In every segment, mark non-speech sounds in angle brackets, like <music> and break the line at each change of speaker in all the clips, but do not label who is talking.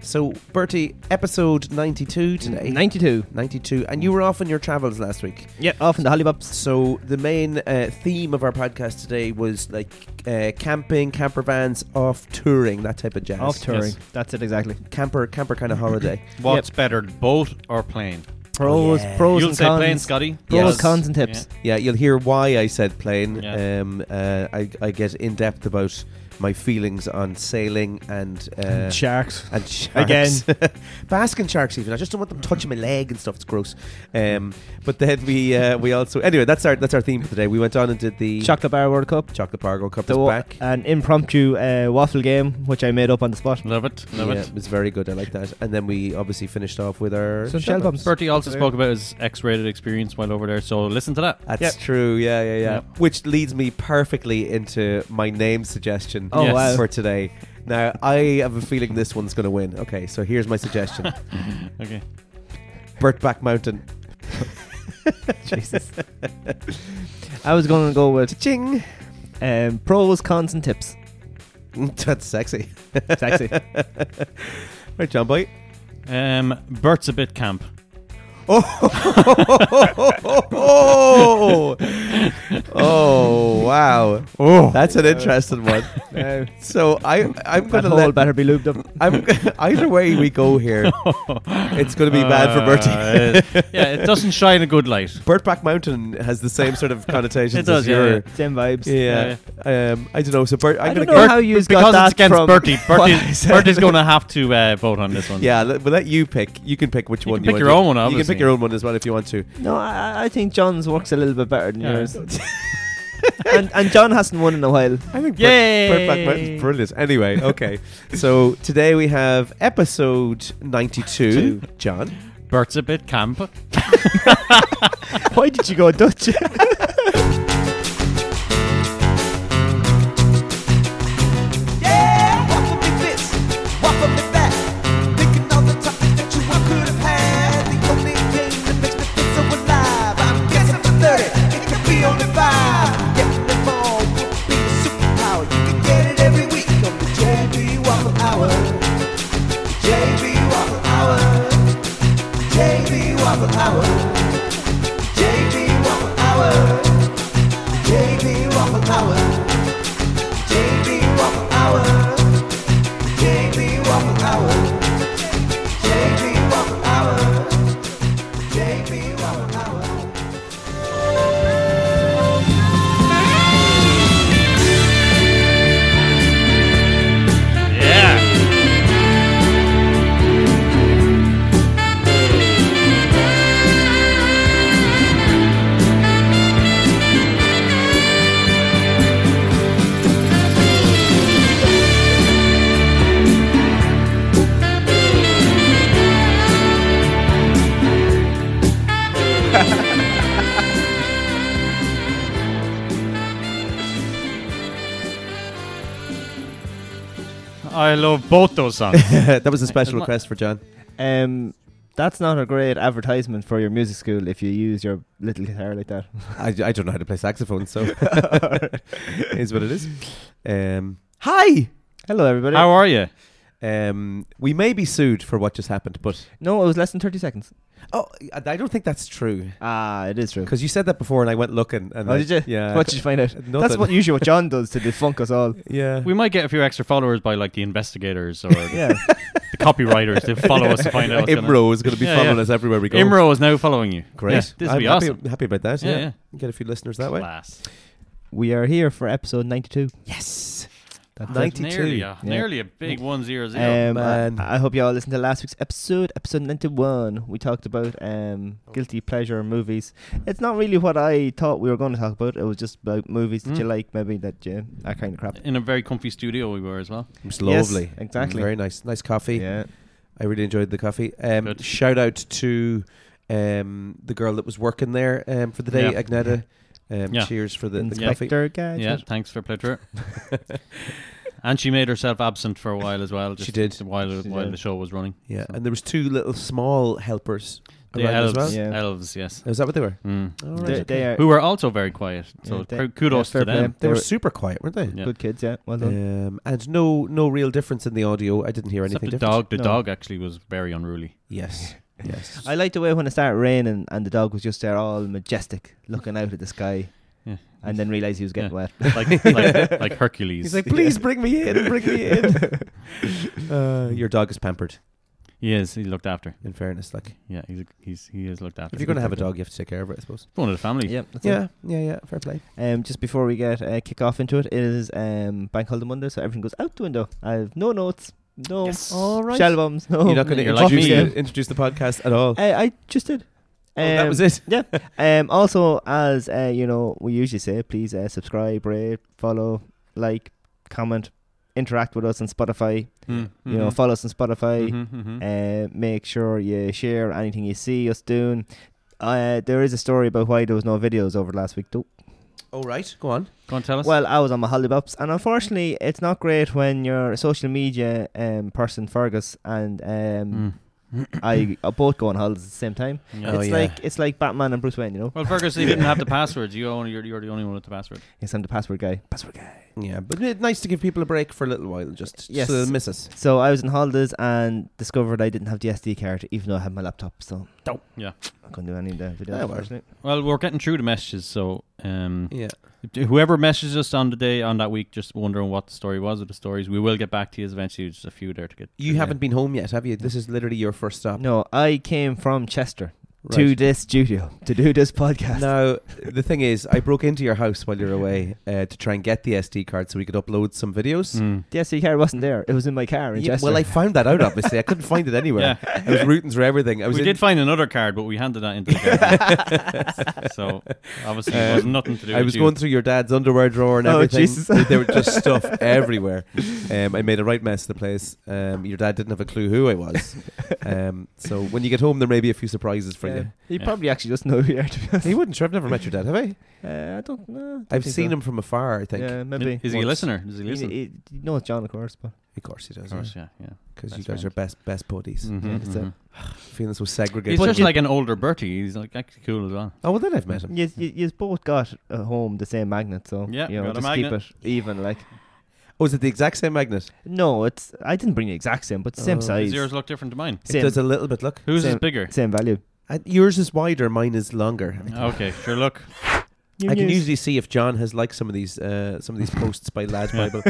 So, Bertie, episode 92 today.
92.
92. And you were off on your travels last week.
Yep, off in the Hollybops.
So, the main uh, theme of our podcast today was like uh, camping, camper vans, off touring, that type of jazz.
Off touring.
Yes.
That's it exactly.
Camper, camper
<clears throat>
kind of holiday.
What's better, boat or plane?
Pros,
yeah.
pros
You'll
and
say
cons.
plane, Scotty.
Pros,
Yes.
cons, and tips.
yeah,
Yeah.
you'll hear why I said plane.
Yeah.
Um, uh, I, I get in depth about my feelings on sailing and. Uh,
Sharks.
<laughs> and sharks.
Again.
Again, basking sharks. Even I just don't want them touching my leg and stuff. It's gross. Um, but then we uh, we also anyway that's our that's our theme for today. We went on and did the
Chocolate Bar World Cup.
chocolate bar Gold cup is
So,
back.
An impromptu uh, waffle game, which I made up on the spot.
Love it, love
yeah,
it.
it was very good. I like that. And then we obviously finished off with our
Some
shout-outs.
shell bumps.
Bertie also spoke about his X-rated experience while over there, so listen to that.
That's
Yep.
true. Yeah, yeah, yeah.
Yep.
Which leads me perfectly into my name suggestion
Oh,
Yes. wow.
for today. Now, I have a feeling this one's going to win. Okay, so here's my suggestion.
<laughs> Ah.
<laughs> Okay.
Burtback Mountain.
Jesus. I was going to go with
Ching.
um, pros, cons, and tips.
<laughs> That's sexy.
Sexy.
Right, John Boy.
Um, Bert's a bit camp.
<laughs> oh, oh wow! Oh, that's an interesting <laughs>
<laughs>
one.
No.
So I, I'm
That
going to
hole
let.
better be lubed up.
I'm, either way we go
<laughs>
here, it's going to be bad for Bertie.
Uh, it- yeah, it doesn't shine a good light.
Burtback Mountain has the same sort of connotations.
It does,
as
yeah,
your,
Same vibes.
yeah. Um, I don't know. So Bert, I'm
I
going
don't
to
know how you
because
got that
it's against
from <laughs>
Bertie. Bertie
said.
Bertie's going to have to uh, vote on this one.
Yeah, let, we'll let you pick. You can pick which
You
one
can
you
pick
want
your
to-
own one,
You can
obviously.
pick your own one as well if you want to.
No, I, I think John's works a little bit better than
Yeah.
yours. <laughs> and, and John hasn't won in a while.
I think Bert,
Yay!
Burtback Mountain's brilliant. Anyway, okay. so today we have episode 92. John.
Bert's a bit camp.
Why did you go Dutch?
Yeah, waffle me this, waffle me that. Thinking all the topics that you could have had. The only thing that makes me feel so alive. I'm guessing for 30, it could be only five. Getting them all would be a superpower. You can get it every week on the JB Waffle Hour. JB Waffle Hour. JB Waffle Hour. JB Waffle Hour. JB Waffle Hour. JB Waffle Hour. JB Waffle Hour. JB Waffle Hour. JB Waffle Hour.
Yeah. I love both those songs.
<laughs> that was a special
I'm not-
request for
<laughs>
John.
um, that's not a great advertisement for your music school if you use your little guitar like that.
I, I don't know how to play saxophone,
<laughs>
so <laughs> is what it is. Um, hi.
Hello, everybody.
How are you?
Um, we may be sued for what just happened, but
no, it was less than 30 seconds.
oh, I I don't think that's true
Ah, it is true.
because you said that before, and I went looking. And
Oh,
I-
did you?
Yeah.
What did you find out?
Nothing.
That's what usually what <laughs> John does to defunk us all.
yeah.
We might get a few extra followers by like the investigators or the
Yeah.
copywriters to <laughs> follow us to find out. what's gonna-
Imro is going to be
Yeah,
following
yeah.
us everywhere we go.
Imro is now following you.
Great.
Yeah, this would
I'm
be
happy,
awesome.
happy about that.
Yeah,
Yeah,
yeah.
Get a few listeners that way.
Class.
we are here for episode 92.
Yes.
That's it.
92.
Nearly a,
Yeah.
nearly a big one zero zero.
Um, I,
man.
I hope you all listened to last week's episode, episode 91. We talked about um, guilty pleasure movies. It's not really what I thought we were going to talk about. It was just about movies that
Mm.
you like, maybe that you are kind of
Um,
crap.
In a very comfy studio we were as well.
It was
Yes,
lovely.
exactly.
Very nice. Nice coffee.
Yeah.
I really enjoyed the coffee. Um,
Good.
shout out to um, the girl that was working there um, for the day,
Yeah.
Agneta. Um,
Yeah.
Cheers for the, the coffee.
Inspector Gadget.
Yeah, thanks for
<laughs>
pleasure. and she made herself absent for a while as well. Just
She did.
While,
She
while
did.
the show was running.
Yeah,
So-
and there was two little small helpers
The
around as
elves,
well?
Yeah.
elves, yes.
Is that what they were?
Mm.
All right,
They,
okay.
they are
Who were also very quiet. So
Yeah, they-
cr- kudos
yeah,
to
fair play.
them.
They were
were-
super quiet, weren't they?
Yeah.
good kids. Yeah, well done.
Um, and no, no real difference in the audio. I didn't hear
Except
anything
the
different.
dog. The
No.
dog actually was very unruly.
<laughs> Yes, yes.
I like the way when it started raining and the dog was just there, all majestic, looking out at the sky,
Yeah.
and then realized he was getting wet.
<laughs>
Like like, like Hercules.
He's like, please bring me in, bring me in. <laughs> uh, your dog is pampered.
he is. He's looked after.
In fairness, like
Yeah, he's he's he is looked after.
if you're going to have a dog, you have to take care of it, I suppose.
one of the family.
yeah, that's it.
Yeah, yeah, yeah. Fair play.
Um, just before we get uh, kick off into it, it is um, Bank Holiday Monday, so everything goes out the window. I have no notes, no
Yes.
All right.
shell bombs, no.
You're not going to
You're like
introduce,
me.
<laughs> the, introduce the podcast <laughs> at all.
I, I just did.
Oh, that was it.
Yeah. Um, also, as uh, you know, we usually say, please uh, subscribe, rate, follow, like, comment, interact with us on Spotify.
Mm,
You know,
Mm-hmm.
mhm.
follow us on Spotify.
Mhm, mhm.
Uh, make sure you share anything you see us doing. Uh, there is a story about why there was no videos over last week too.
Oh right, go on.
Go on, tell us.
Well, I was on my holiday bops, and unfortunately, it's not great when your social media um, person Fergus and um,
Mm.
<coughs> I are both go on holidays at the same time.
Yeah.
Oh,
it's
yeah.
like it's like Batman and Bruce Wayne, you know.
well, Fergus, you didn't have the passwords. You only you're, you're the only one with the password.
Yes, I'm the password guy.
Yeah, but it's nice to give people a break for a little while, just
Yes.
so they miss us.
So I was in holidays and discovered I didn't have the SD card, even though I had my laptop. So
Yeah.
I couldn't do any of the
Yeah,
videos.
well.
unfortunately.
Well, we're getting through the messages, so um,
Yeah,
whoever messages us on the day on that week, just wondering what the story was of the stories, we will get back to you eventually. Just a few there to get.
you
to,
haven't been home yet, have you? This is literally your first stop.
No, I came from Chester
Right.
to this studio to do this
<laughs>
podcast.
Now, the thing is, I broke into your house while you were <laughs> away uh, to try and get the SD card so we could upload some videos.
Yeah. Mm.
The SD card wasn't there. It was in my car in
Yeah,
Chester.
well, I found that out, obviously. I couldn't <laughs> find it anywhere. I was rooting for everything. I was
We
in-
did find another card, but we handed
<laughs>
that into the
<laughs>
garbage. so obviously it was nothing to do.
I
with
was
you.
going through your dad's underwear drawer and
Oh,
everything.
Jesus.
there was just
<laughs>
stuff everywhere. Um, I made a right mess of the place. Um, your dad didn't have a clue who I
<laughs>
was. Um, so when you get home, there may be a few surprises for you.
Yeah. He
Yeah.
probably actually doesn't know who you are. To <laughs> be honest.
He wouldn't. Sure, I've never met your dad, have I?
Uh, I don't know.
I've seen him from afar. I think.
Yeah, maybe.
Is he a
once.
listener? Does he listen?
He, he knows John, of course, but
Of course he does.
of course, yeah, yeah.
Because you
Best
guys
friend.
are best Mm-hmm, best buddies.
Mhm,
Yeah, that's it.
mhm.
Feeling so segregated.
He's just like an older Bertie. He's like actually cool as well.
oh well, then I've met him.
you, you, you both got at home the same magnet, so
Yeah,
you know,
got a
just
magnet.
keep it even. Like,
Oh, is it the exact same magnet?
no, it's I didn't bring the exact same, but same
Oh.
size,
Does yours look different to mine?
It
Same.
does a little bit. Look,
Whose is
Same.
bigger?
same value.
Uh, yours is wider. Mine is longer. I think.
Okay, sure. Look,
I can usually see if John has liked some of these uh, some of these posts by Lads Bible,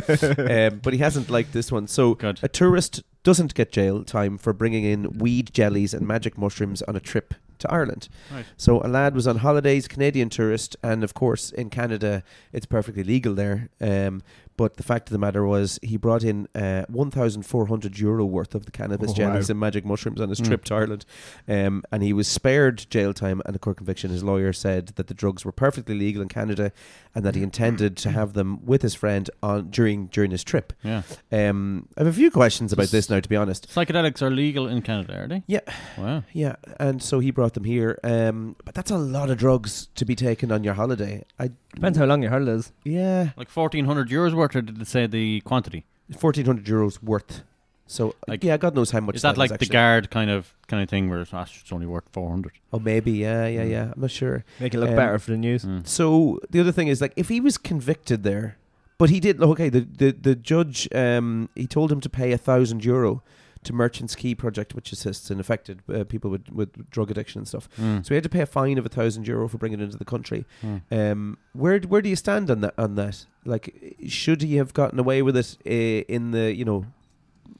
um, but he hasn't liked this one. So
Good.
a tourist doesn't get jail time for bringing in weed jellies and magic mushrooms on a trip to Ireland.
Right.
So a lad was on holidays, Canadian tourist, and of course in Canada it's perfectly legal there. Um, but the fact of the matter was he brought in uh, 1,400 euro worth of the cannabis
Oh,
jellies
wow. Hmm.
and magic mushrooms on his
Mm.
trip to Ireland, um, and he was spared jail time and a court conviction. His lawyer said that the drugs were perfectly legal in Canada, and that he intended to have them with his friend on during during his trip.
yeah.
Um, I have a few questions about this now, to be honest.
Psychedelics are legal in Canada, are they?
Yeah.
Wow.
Yeah, and so he brought them here. Um, but that's a lot of drugs to be taken on your holiday. I
Depends how long your hurdle is.
yeah,
Like fourteen hundred euros worth, or did it say the quantity?
fourteen hundred euros worth. So
Like-
yeah, God knows how much.
is that, like
is actually.
the guard kind of kind of thing where it's, "Ah, it's only worth four hundred?
Oh, maybe yeah, yeah,
Mm.
yeah. I'm not sure.
Make it look
Um,
better for the news.
Hmm,
So the other thing is like if he was convicted there, but he did okay. The the the judge um he told him to pay a thousand euro to Merchants Key Project, which assists in affected uh, people with with drug addiction and stuff.
hmm,
So he had to pay a fine of a thousand euro for bringing it into the country. Um, where d- where do you stand on that? On that, like, should he have gotten away with it uh, in the you know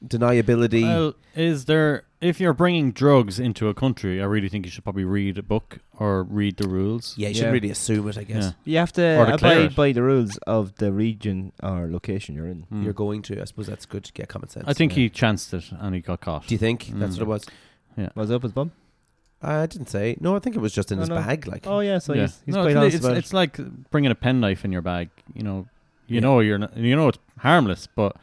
deniability?
Well, is there if you're bringing drugs into a country, I really think you should probably read a book or read the rules.
yeah, you
yeah.
should really assume it. I guess
You have
Or
to
declare
abide
it.
by the rules of the region or location you're in.
Mm.
you're going to. I suppose that's good. Yeah, common sense.
I think
Yeah.
he chanced it and he got caught.
Do you think that's
Mm.
what it was?
Was up his bum?
I didn't say. No, I think it was just in
No,
his
no.
bag. Like,
Oh yeah, so
Yeah.
he's, he's
No,
quite
it's,
honest
it's,
about it.
it's like bringing a penknife in your bag. You know, you
Yeah.
know you're not, you know it's harmless, but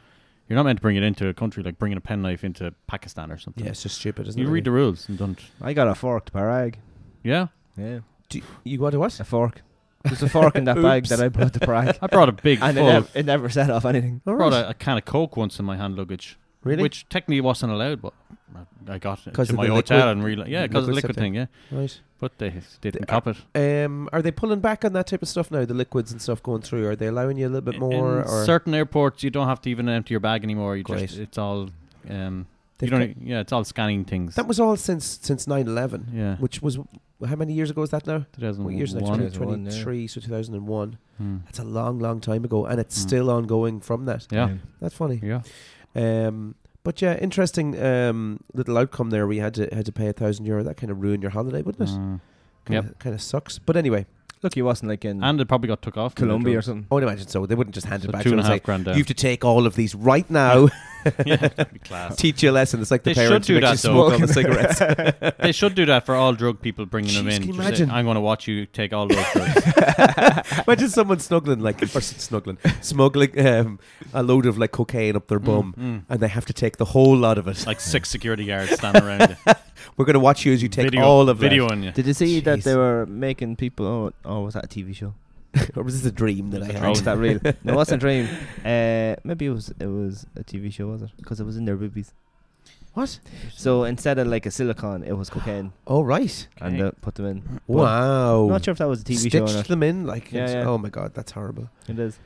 you're not meant to bring it into a country like bringing a penknife into Pakistan or something.
yeah, it's just stupid, isn't
you
it?
read the rules and don't.
I got a forked parag.
Yeah,
Yeah,
Do you what? What?
a fork. There's a fork
<laughs>
in that bag that I brought to parag,
I brought
<laughs>
a big
and it
full.
never, it never set off anything.
All
I brought a, a can of coke once in my hand luggage,
Really?
which technically wasn't allowed, but I I got
'Cause
to
of
my
the
hotel
liquid-
and realized, yeah,
the
because of the
liquid
liquid
septic.
thing, yeah.
Right.
But they didn't
The-
cop it.
Um, are they pulling back on that type of stuff now? The liquids and stuff going through. Are they allowing you a little bit more?
In
or
certain airports, you don't have to even empty your bag anymore. You
Great.
just it's all um, you
They've
don't.
got-
yeah, it's all scanning things.
that was all since since 9-11,
yeah,
which was how many years ago is that now? What years? Like
2001,
2001.
yeah.
2023, so two thousand and one.
Hmm.
That's a long, long time ago, and it's
Mm.
still ongoing from that.
Yeah,
That's funny.
yeah.
Um, but yeah, interesting um, little outcome there. We had to had to pay a thousand euro. That kind of ruined your holiday, wouldn't it?
Mm.
Kind of kind of sucks. But anyway,
Look, he wasn't like in
And it probably got took off. in the
Colombia or
drugs.
something.
I would imagine so. They wouldn't just hand it
So
back
two
to
and
you
a
and
half
say,
grand
"You
down.
have to take all of these right now."
<laughs> yeah, that'd be
<laughs>
class.
Teach you a lesson. It's like the
They should
parents who
do
make you
that, though.
smoke all the <laughs> cigarettes.
They should do that for all drug people bringing them
Jeez,
in.
can you
Just say,
imagine?
I'm going to watch you take all those
<laughs>
drugs.
Imagine someone snuggling like or s- snuggling, smuggling um, a load of like cocaine up their bum,
Mm,
and they have to take the whole lot of it.
mm. Like six security
<laughs>
guards standing around you.
We're going to watch you as you take
video,
all of
video on you.
Did you see that they
Jeez.
were making people? Oh, oh, was that a TV show?
that. <laughs> or was this a dream that I
That's
had?
a
Or was that real?
<laughs>
no, it wasn't real. Uh, maybe it was. It was a TV show, was it? Because it was in their boobies.
What?
So instead of like a silicone, it was cocaine,
Oh right!
and
Okay. Oh.
they put them in. But
Wow.
Not sure if that was a TV
Stitched
show or not.
them in like.
Yeah,
it's-
yeah.
Oh my god, that's horrible.
It is.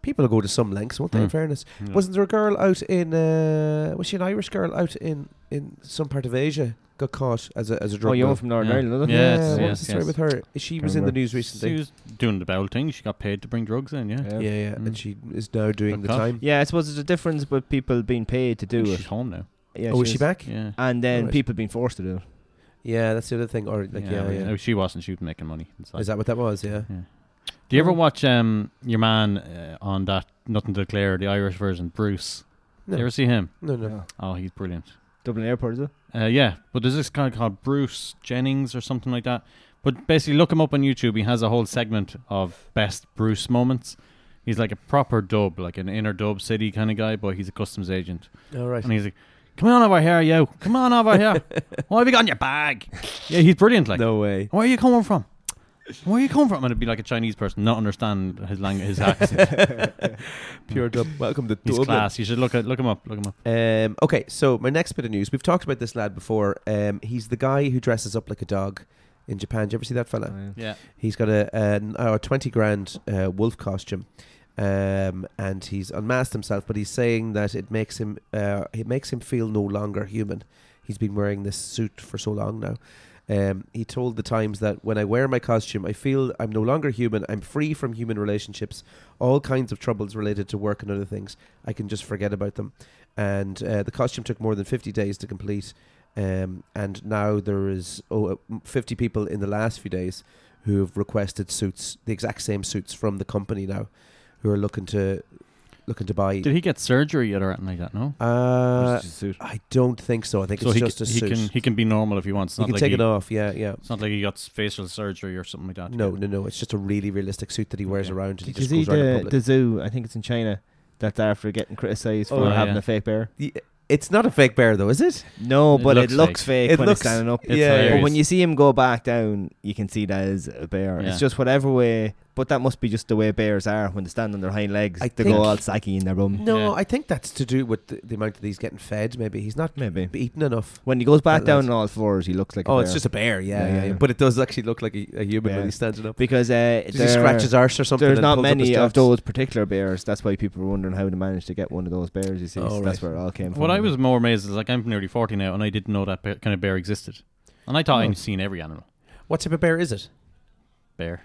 People go to some lengths, won't they? In
Mm.
fairness,
Yeah.
wasn't there a girl out in? Uh, was she an Irish girl out in in some part of Asia? Got caught as a as a drug.
Oh, you're
dealer?
one from Northern
Yeah.
Ireland, wasn't it?
Yes,
what
yes,
was the story
yes.
with her? She
Can't
was in the
remember.
news
She
recently.
was doing the bowel thing. She got paid to bring drugs in. Yeah,
Yeah.
Yeah,
yeah.
yeah, and
Mm.
she is now doing the
caught.
time.
I suppose there's a difference with people being paid to do
she's
it.
home now.
Yeah,
oh, is she back? Yeah.
Yeah,
And then
Alright.
people being forced to do it.
that's the other thing. Or like, yeah,
I mean,
yeah.
no, Oh, she wasn't. She was making money. It's like-
Is Hmm. that what that was? Yeah.
Yeah. Do you ever watch um your man uh, on that Nothing to Declare, the Irish version, Bruce?
No.
You ever see him?
No, no.
Yeah.
Oh, he's brilliant.
Dublin Airport, is it?
Uh, yeah, but there's this guy called Bruce Jennings or something like that. But basically, look him up on YouTube. He has a whole segment of best Bruce moments. He's like a proper dub, like an inner dub city kind of guy, but he's a customs agent.
All right.
And he's like, Come on over here, you. Come on
<laughs>
over here. What have you got in your bag? Yeah, he's brilliant. Like,
no way.
where are you coming from? Where are you coming from? And it'd be like a Chinese person, not understand his language,
<laughs>
his accent.
Pure dub. Welcome to
He's
Dublin.
class. You should look at look him up. Look him up.
Um, okay, so my next bit of news. We've talked about this lad before. Um, he's the guy who dresses up like a dog in Japan. Did you ever see that fella?
Yeah.
He's got a, an- oh, a twenty grand uh, wolf costume, um, and he's unmasked himself. But he's saying that it makes him uh, it makes him feel no longer human. He's been wearing this suit for so long now. Um, he told the Times that when I wear my costume, I feel I'm no longer human. I'm free from human relationships, all kinds of troubles related to work and other things. I can just forget about them. And uh, the costume took more than 50 days to complete. Um, and now there is oh, uh, 50 people in the last few days who have requested suits, the exact same suits from the company now, who are looking to looking to buy.
Did he get surgery yet or anything like that? No.
Uh,
Just a suit.
I don't think so. I think it's
he,
just
ca-
a
he
suit.
can he can be normal if he wants. It's
you
not
can
like
take
he,
it off. Yeah, yeah.
It's not like he got s- facial surgery or something like that.
No,
yeah.
no, no. It's just a really realistic suit that he wears
Okay.
around. And he
Did uh, you
just
see
goes around in
the,
public.
the zoo? I think it's in China. That's after getting criticised
Oh,
for
yeah.
having a fake bear.
Y- it's not a fake bear though, is
<laughs>
it?
No,
It
but
looks
it looks fake
It
when
looks-
it's standing up.
It's Yeah,
But
hilarious.
when you see him go back down, you can see that is a bear.
Yeah.
It's just whatever way, but that must be just the way bears are when they stand on their hind legs.
I
they
think-
go all sacky in their bum.
No,
Yeah.
I think that's to do with the, the amount that he's getting fed. Maybe he's not
Maybe.
eating enough.
When he goes back
That
down
lad.
on all fours, he looks like
oh,
a bear.
it's just a bear. Yeah, yeah.
Yeah.
yeah. But it does actually look like a, a human
Yeah.
when he's standing up.
because uh,
Does he
there-
scratch his arse or something?
there's
and
not
pulls up his
many of
straps?
those particular bears. That's why people were wondering how they managed to get one of those bears. You see,
Oh,
so
right.
that's where it all came from.
What I was more amazed is like I'm nearly forty now, and I didn't know that bear, kind of bear existed, and I thought I'd seen every
<laughs>
animal.
What type of bear is it? <laughs>
Bear.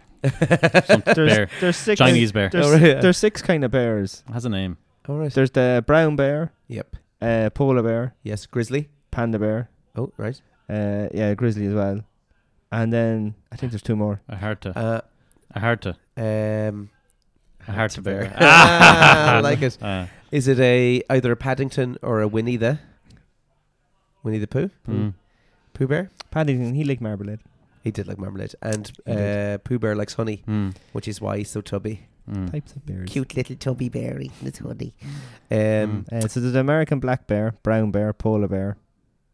Some
there's,
bear.
there's six
Chinese bear.
There's,
Oh, right, yeah.
there's six kind of bears.
Has a name.
All right.
There's the brown bear,
Yep.
uh, polar bear,
Yes, grizzly.
panda bear,
Oh, right.
uh, yeah, grizzly as well, and then I think there's two more.
A hard to.
Uh,
A hard to.
Um,
A hard to bear.
<laughs> Ah, I like it.
Uh,
Is it a either a Paddington or a Winnie the Winnie the Pooh?
mm.
Pooh Bear.
Paddington, he liked marmalade.
He did like marmalade, and
He did.
uh, Pooh Bear likes honey,
Mm.
which is why he's so tubby.
Mm.
Types of bears.
Cute little tubby bear eating his honey. Um,
Mm.
Uh, so there's American black bear, brown bear, polar bear,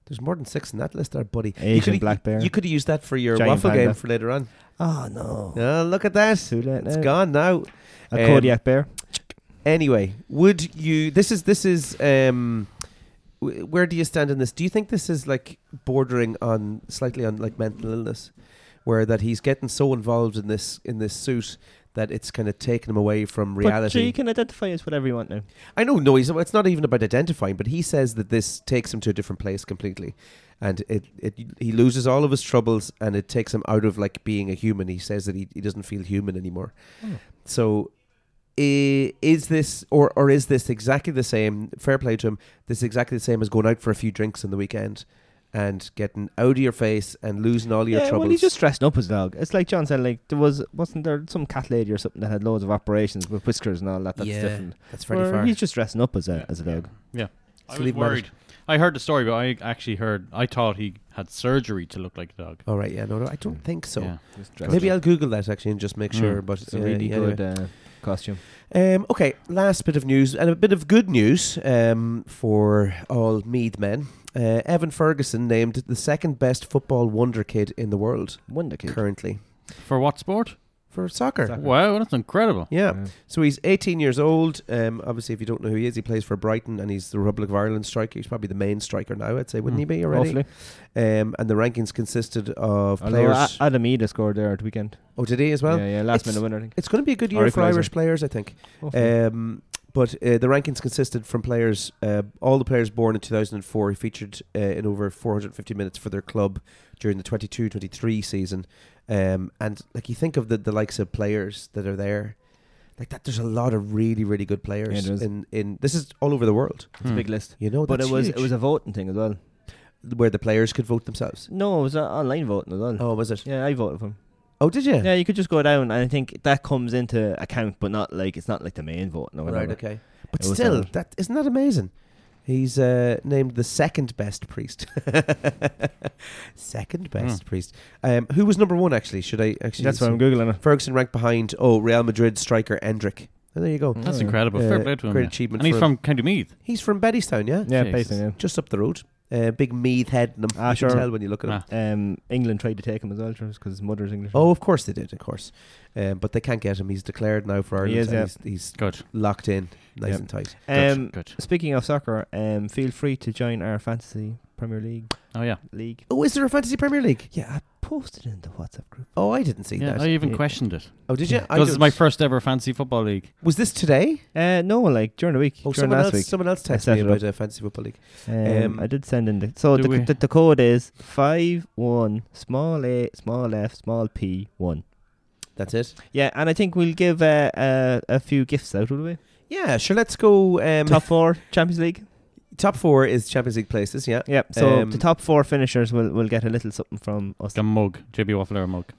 There's more than six in that list, there, buddy. You
Asian
coulda-
black bear.
You could have used that for your
Giant
waffle
panda.
game for later on.
oh no,
Oh, look at that!
too late.
It's
now.
gone now.
A
Um,
Kodiak bear.
Anyway, would you? This is this is um, w- where do you stand in this? Do you think this is like bordering on slightly on like mental illness, where that he's getting so involved in this in this suit that it's kind of taking him away from
But so
reality?
you can identify as whatever you want now.
I know, no, he's, it's not even about identifying, but he says that this takes him to a different place completely, and it, it he loses all of his troubles, and it takes him out of like being a human. He says that he, he doesn't feel human anymore.
Oh.
So, i- is this or or is this exactly the same? Fair play to him. This is exactly the same as going out for a few drinks on the weekend, and getting out of your face and losing all your
yeah,
troubles.
well, he's just dressing up as a dog. It's like John said. Like there was wasn't there some cat lady or something that had loads of operations with whiskers and all that. That's
Yeah,
different.
that's very
Where
far.
He's just dressing up as a as a dog.
Yeah. I was
Sleep matters.
worried. I heard the story, but I actually heard. I thought he had surgery to look like a dog.
all right, yeah, no, no, I don't think so.
Yeah.
Just dressed
Maybe
up.
I'll Google that actually and just make
Mm.
sure. But
Hmm. It's a
yeah,
really
yeah,
good uh, costume.
Um, okay, last bit of news and a bit of good news um, for all Mead men. Uh, Evan Ferguson named the second best football wonder kid in the world
Wonder kid.
currently
For what sport?
for soccer.
Soccer.
Wow, that's incredible.
Yeah,
Yeah.
so he's 18 years old. Um, obviously, if you don't know who he is, he plays for Brighton and he's the Republic of Ireland striker. He's probably the main striker now, I'd say, wouldn't
Hmm.
he be already?
Hopefully,
Um, and the rankings consisted of
Although
players.
A- Adam Eda scored there at the weekend.
oh, did he as well?
yeah, yeah, last
it's-
minute winner. I think. Uh,
It's going to be a good
Or
year for
equaliser.
Irish players, I think.
Hopefully.
Um, but uh, the rankings consisted from players, uh, all the players born in 2004 who featured uh, in over 450 minutes for their club during the 22-23 season. Um, and like you think of the, the likes of players that are there, like that. There's a lot of really really good players
Yeah, there is.
in, in this is all over the world.
it's a
Hmm.
big list.
You know,
But
Oh, that's
it was
huge.
it was a voting thing as well.
where the players could vote themselves.
No, it was uh, online voting as well.
Oh, was it?
Yeah, I voted for him.
Oh, did you?
Yeah. you could just go down, and I think that comes into account, but not like it's not like the main voting or whatever.
Right.
<laughs>
Okay. But
It was
still,
all-
that isn't that amazing. He's uh, named the second best priest. second best priest. Um, who was number one actually? Should I actually?
Hmm. That's why I'm googling it.
Ferguson ranked behind. Oh, Real Madrid striker Endrick. Oh, there you go.
That's
Oh, yeah.
incredible.
Uh,
Fair play to him.
Great
yeah.
achievement.
And he's
for him.
from County Meath.
He's from Bettystown, yeah,
Yeah,
Jesus.
basically. Yeah.
just up the road. Uh, big Meath head. And
Ah,
you
sure.
can tell when you look at him.
Ah.
Um, England tried to take him as well, because his mother's English.
Oh, of course they did, of course. Um, but they can't get him. He's declared now for Ireland.
is,
and
yeah.
he's, he's
Good.
locked in, nice
Yep.
and tight.
Good.
um,
good.
speaking of soccer, um, feel free to join our fantasy Premier League
Oh yeah.
league.
Oh, is there a fantasy Premier League?
Yeah, I posted in the WhatsApp group.
Oh, I didn't see
Yeah,
that.
I even
Yeah.
questioned it
oh,
<laughs>
did you? I
because it's
don't-
my first ever fancy football league.
Was this today?
Uh, no, like during the week,
Oh,
during
someone
last
else,
week.
someone else
I
texted
set
me
it
about uh, Fantasy Football League.
Um,
Um,
I did send in the so
do
the,
we-
the, the code is five one small a small f small p one.
That's it.
Yeah, and I think we'll give uh, uh, a few gifts out, will <laughs> we?
Yeah, sure. Let's go. Um, top
Top four Champions League.
four is Champions League places. Yeah,
Yeah, so
Um,
the top four finishers will will get a little something from us.
Like a mug, JB Waffler mug.
yeah.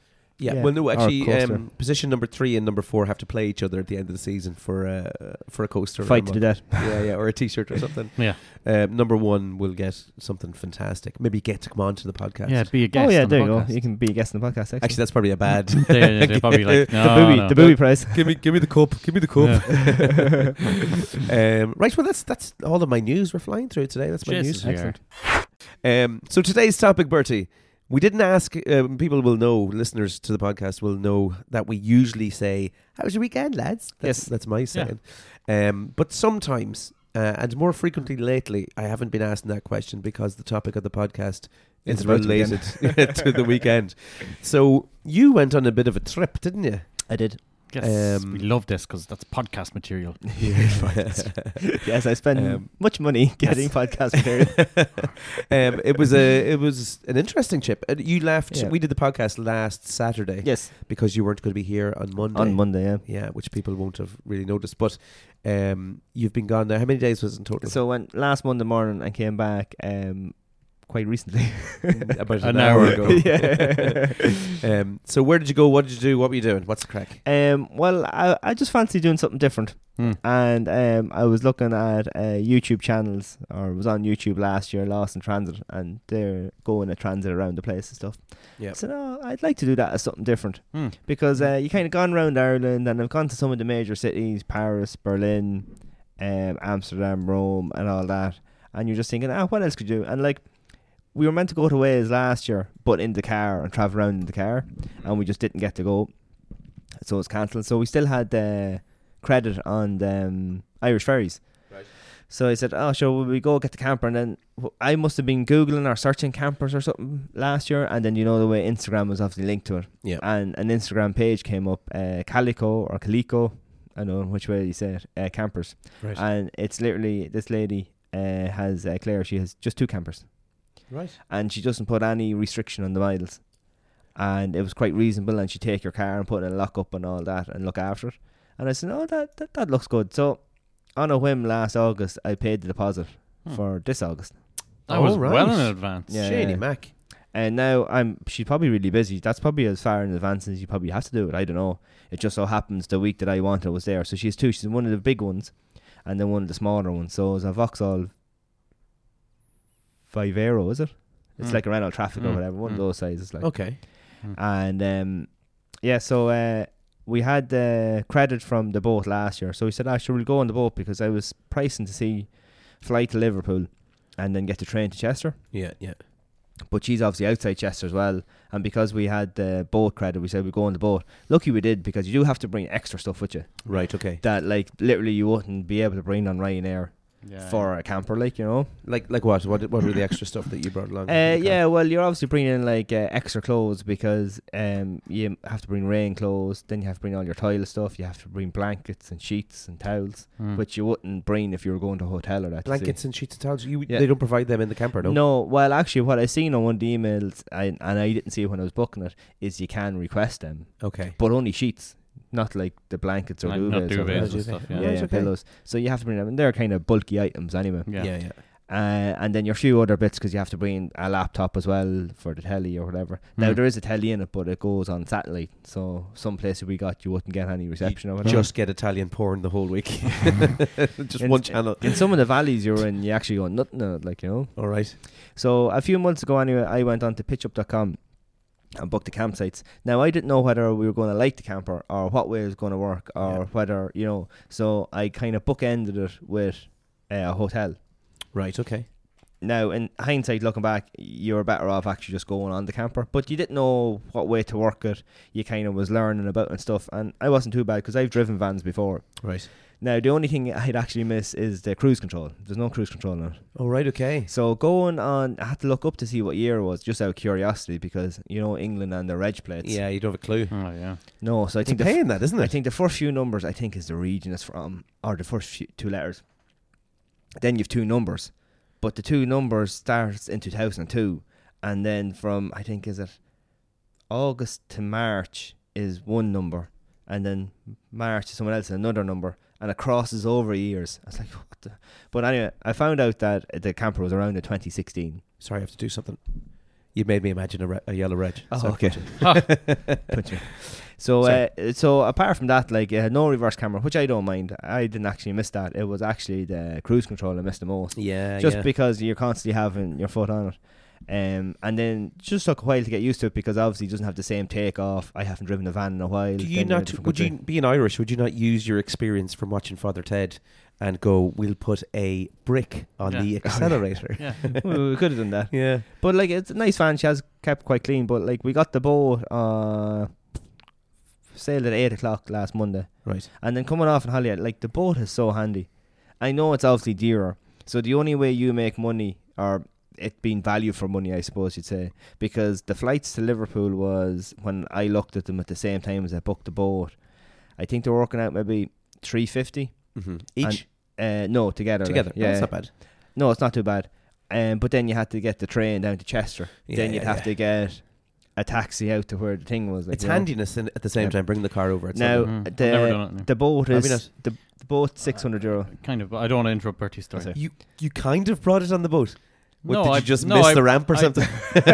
Yeah.
Well, no,
Or
actually,
coaster.
um, position number three and number four have to play each other at the end of the season for uh, for a coaster, or
Fight
a
to the
mug.
death.
yeah, yeah, or a T-shirt
<laughs>
or something.
Yeah.
Um, number one will get something fantastic. Maybe get to come on to the podcast.
Yeah, be a guest.
oh yeah,
on the
there you go.
podcast.
You can be a guest in the podcast. Excellent.
Actually, that's probably a
<laughs>
bad.
They- they- they're
<laughs>
probably like,
the
"No,
booby,
no."
the booby prize.
give me, give me the cup. Give me the
cup.
<laughs> um, right. Well, that's that's all of my news. We're flying through today. That's my news.
Jesus, we are.
Excellent.
Um, so today's topic, Bertie, we didn't ask. Um, people will know, listeners to the podcast will know that we usually say, "How was your weekend, lads?" That's,
Yes.
that's my saying. Um, but sometimes, uh, and more frequently lately, I haven't been asked that question because the topic of the podcast
It's
is
about the
related <laughs> to the weekend. So you went on a bit of a trip, didn't
<laughs>
you?
I did.
Yes,
Um,
we love this because that's podcast material.
Yes, I <laughs> spent
Um,
much money getting podcast
<laughs>
material.
<laughs> um, it was a it was an interesting trip. And You left.
Yeah.
We did the podcast last Saturday
yes,
because you weren't going to be here on Monday.
on Monday. Yeah.
yeah, which people won't have really noticed. But um, you've been gone now. How many days was it in total?
So when last Monday morning I came back, um, quite recently.
<laughs> about
an hour
Oh.
<laughs>
ago.
<laughs>
yeah. <laughs>
um, so where did you go? What did you do? What were you doing? What's the crack?
Um, well, I, I just fancy doing something different,
Hmm.
and um, I was looking at uh, YouTube channels, or was on YouTube last year, Lost in Transit, and they're going a transit around the place and stuff.
Yeah.
So no, I'd like to do that as something different
Hmm.
because uh, you kind of gone around Ireland, and I've gone to some of the major cities: Paris, Berlin, um, Amsterdam, Rome, and all that. And you're just thinking, ah, what else could you do? And like, we were meant to go to Wales last year, but in the car and travel around in the car, and we just didn't get to go, so it was cancelled. So we still had uh, credit on the um, Irish ferries. So I said, "Oh, sure, will we go get the camper?" And then w- I must have been googling or searching campers or something last year. And then you know the way Instagram was obviously linked to it.
Yeah.
And an Instagram page came up, uh, Calico or Calico, I don't know which way you say it, uh, campers
Right.
and it's literally this lady uh, has uh, Claire. She has just two campers,
right.
and she doesn't put any restriction on the miles, and it was quite reasonable. And she take your car and put it in a lockup and all that, and look after it. And I said, oh, that that, that looks good. So on a whim last August, I paid the deposit
Hmm.
for this August,
That
Oh,
was
right.
well in advance.
Yeah.
Shady Mac.
and now I'm she's probably really busy. That's probably as far in advance as you probably have to do it. I don't know. It just so happens the week that I wanted was there. So she has two. She's one of the big ones, and then one of the smaller ones. So it's a Vauxhall Vivero, is it? It's
Mm.
like a Renault Traffic or
Mm,
whatever. One of
mm.
those sizes, like.
Okay.
And um, yeah, so uh, we had uh, credit from the boat last year. So we said, actually, we'll go on the boat because I was pricing to see fly to Liverpool and then get the train to Chester
Yeah, yeah.
but she's obviously outside Chester as well. And because we had the boat credit, we said we'd go on the boat. Lucky we did because you do have to bring extra stuff with you
Right, okay.
that, like, literally you wouldn't be able to bring on Ryanair
Yeah.
for a camper, like, you know.
Like like what? What what were the extra stuff that you brought along?
Uh,
in the car?
yeah, well, you're obviously bringing like uh, extra clothes because um, you have to bring rain clothes. Then you have to bring all your toilet stuff. You have to bring blankets and sheets and towels,
Mm.
which you wouldn't bring if you were going to a hotel or that. you see.
Hmm. Blankets and sheets and towels. You
Yeah.
they don't provide them in the camper, no?
No, well, actually, what I seen on one of the emails, I, and I didn't see it when I was booking it, is you can request them.
Okay.
but only sheets, not like the blankets or
Like,
duvets.
not
or
duvets
whatever.
and stuff.
Yeah, Oh,
Yeah,
Yeah.
yeah,
it's okay.
pillows. So you have to bring them, and they're kind of bulky items anyway.
Yeah.
yeah. yeah.
Uh, and then your few other bits because you have to bring a laptop as well for the telly or whatever. Now
Hmm.
there is a telly in it, but it goes on satellite. So some places we got you wouldn't get any reception or
You
whatever.
Just get Italian porn the whole
<laughs>
week. <laughs> Just
In-
one channel.
in some of the valleys you're in, you actually got nothing in it, like you know.
All right.
So a few months ago, anyway, I went on to pitchup.com and booked the campsites. Now I didn't know whether we were going to like the camper or what way it was going to work or
Yeah.
whether you know. So I kind of bookended it with uh, a hotel.
Right, okay.
Now, in hindsight, looking back, you were better off actually just going on the camper, but you didn't know what way to work it. You kind of was learning about and stuff, and I wasn't too bad because I've driven vans before.
Right.
Now, the only thing <laughs> I'd actually miss is the cruise control. There's no cruise control in it.
All right, okay.
So going on, I had to look up to see what year it was, just out of curiosity, because you know England and their reg plates.
Yeah, you don't have a clue.
Hmm.
Oh yeah.
No, so I
It's a
think the
pain that, isn't
I
it?
think the first few numbers I think is the region it's from, or the first few, two letters. Then you've two numbers, but the two numbers starts in two thousand and two, and then from I think is it August to March is one number, and then March to someone else is another number, and it crosses over years. I was like, <laughs> what the? But anyway, I found out that the camper was around in twenty sixteen.
Sorry, I have to do something. You made me imagine a, re- a yellow reg.
Oh,
Sorry.
okay. <laughs> Punch me. so,
Sorry.
uh, so apart from that, like it had no reverse camera, which I don't mind. I didn't actually miss that. It was actually the cruise control I missed the
<laughs>
most,
Yeah,
just
yeah.
because you're constantly having your foot on it. Um, and then just took a while to get used to it because obviously it doesn't have the same takeoff. I haven't driven a van in a while.
do
then
you
you're in a
not?
different
Would you
country.
be an Irish? Would you not use your experience from watching Father Ted and go? We'll put a brick on
<laughs> Oh,
Yeah.
the accelerator.
Yeah.
<laughs>
we we could have done that.
yeah.
<laughs> But like it's a nice van. She has kept quite clean. But like we got the boat uh, sailed at eight o'clock last Monday.
Right.
And then coming off in Hollywood, like the boat is so handy. I know it's obviously dearer. So the only way you make money, or it being value for money, I suppose you'd say, because the flights to Liverpool was when I looked at them at the same time as I booked the boat. I think they were working out maybe three fifty.
Mm-hmm. Each
And- Uh, no, together. like,
together. Yeah,
yeah.
that's not bad.
No, it's not too bad. Um, but then you had to get the train down to Chester.
Yeah,
then you'd
yeah,
have to get a taxi out to where the thing was. Like,
It's
you know.
handiness in, at the same
Yeah.
time. Bring the car over. It's
Now-
not-
Mm.
I've
the-
Mm-hmm. never done it.
The boat
Have you
is the, the boat six hundred euro.
Kind of, but I don't want to interrupt Bertie's story.
That's
you you kind of brought it on the boat. What,
No,
did you
I-
just
no,
miss
I-
the ramp or
<laughs>
I-
something? <laughs>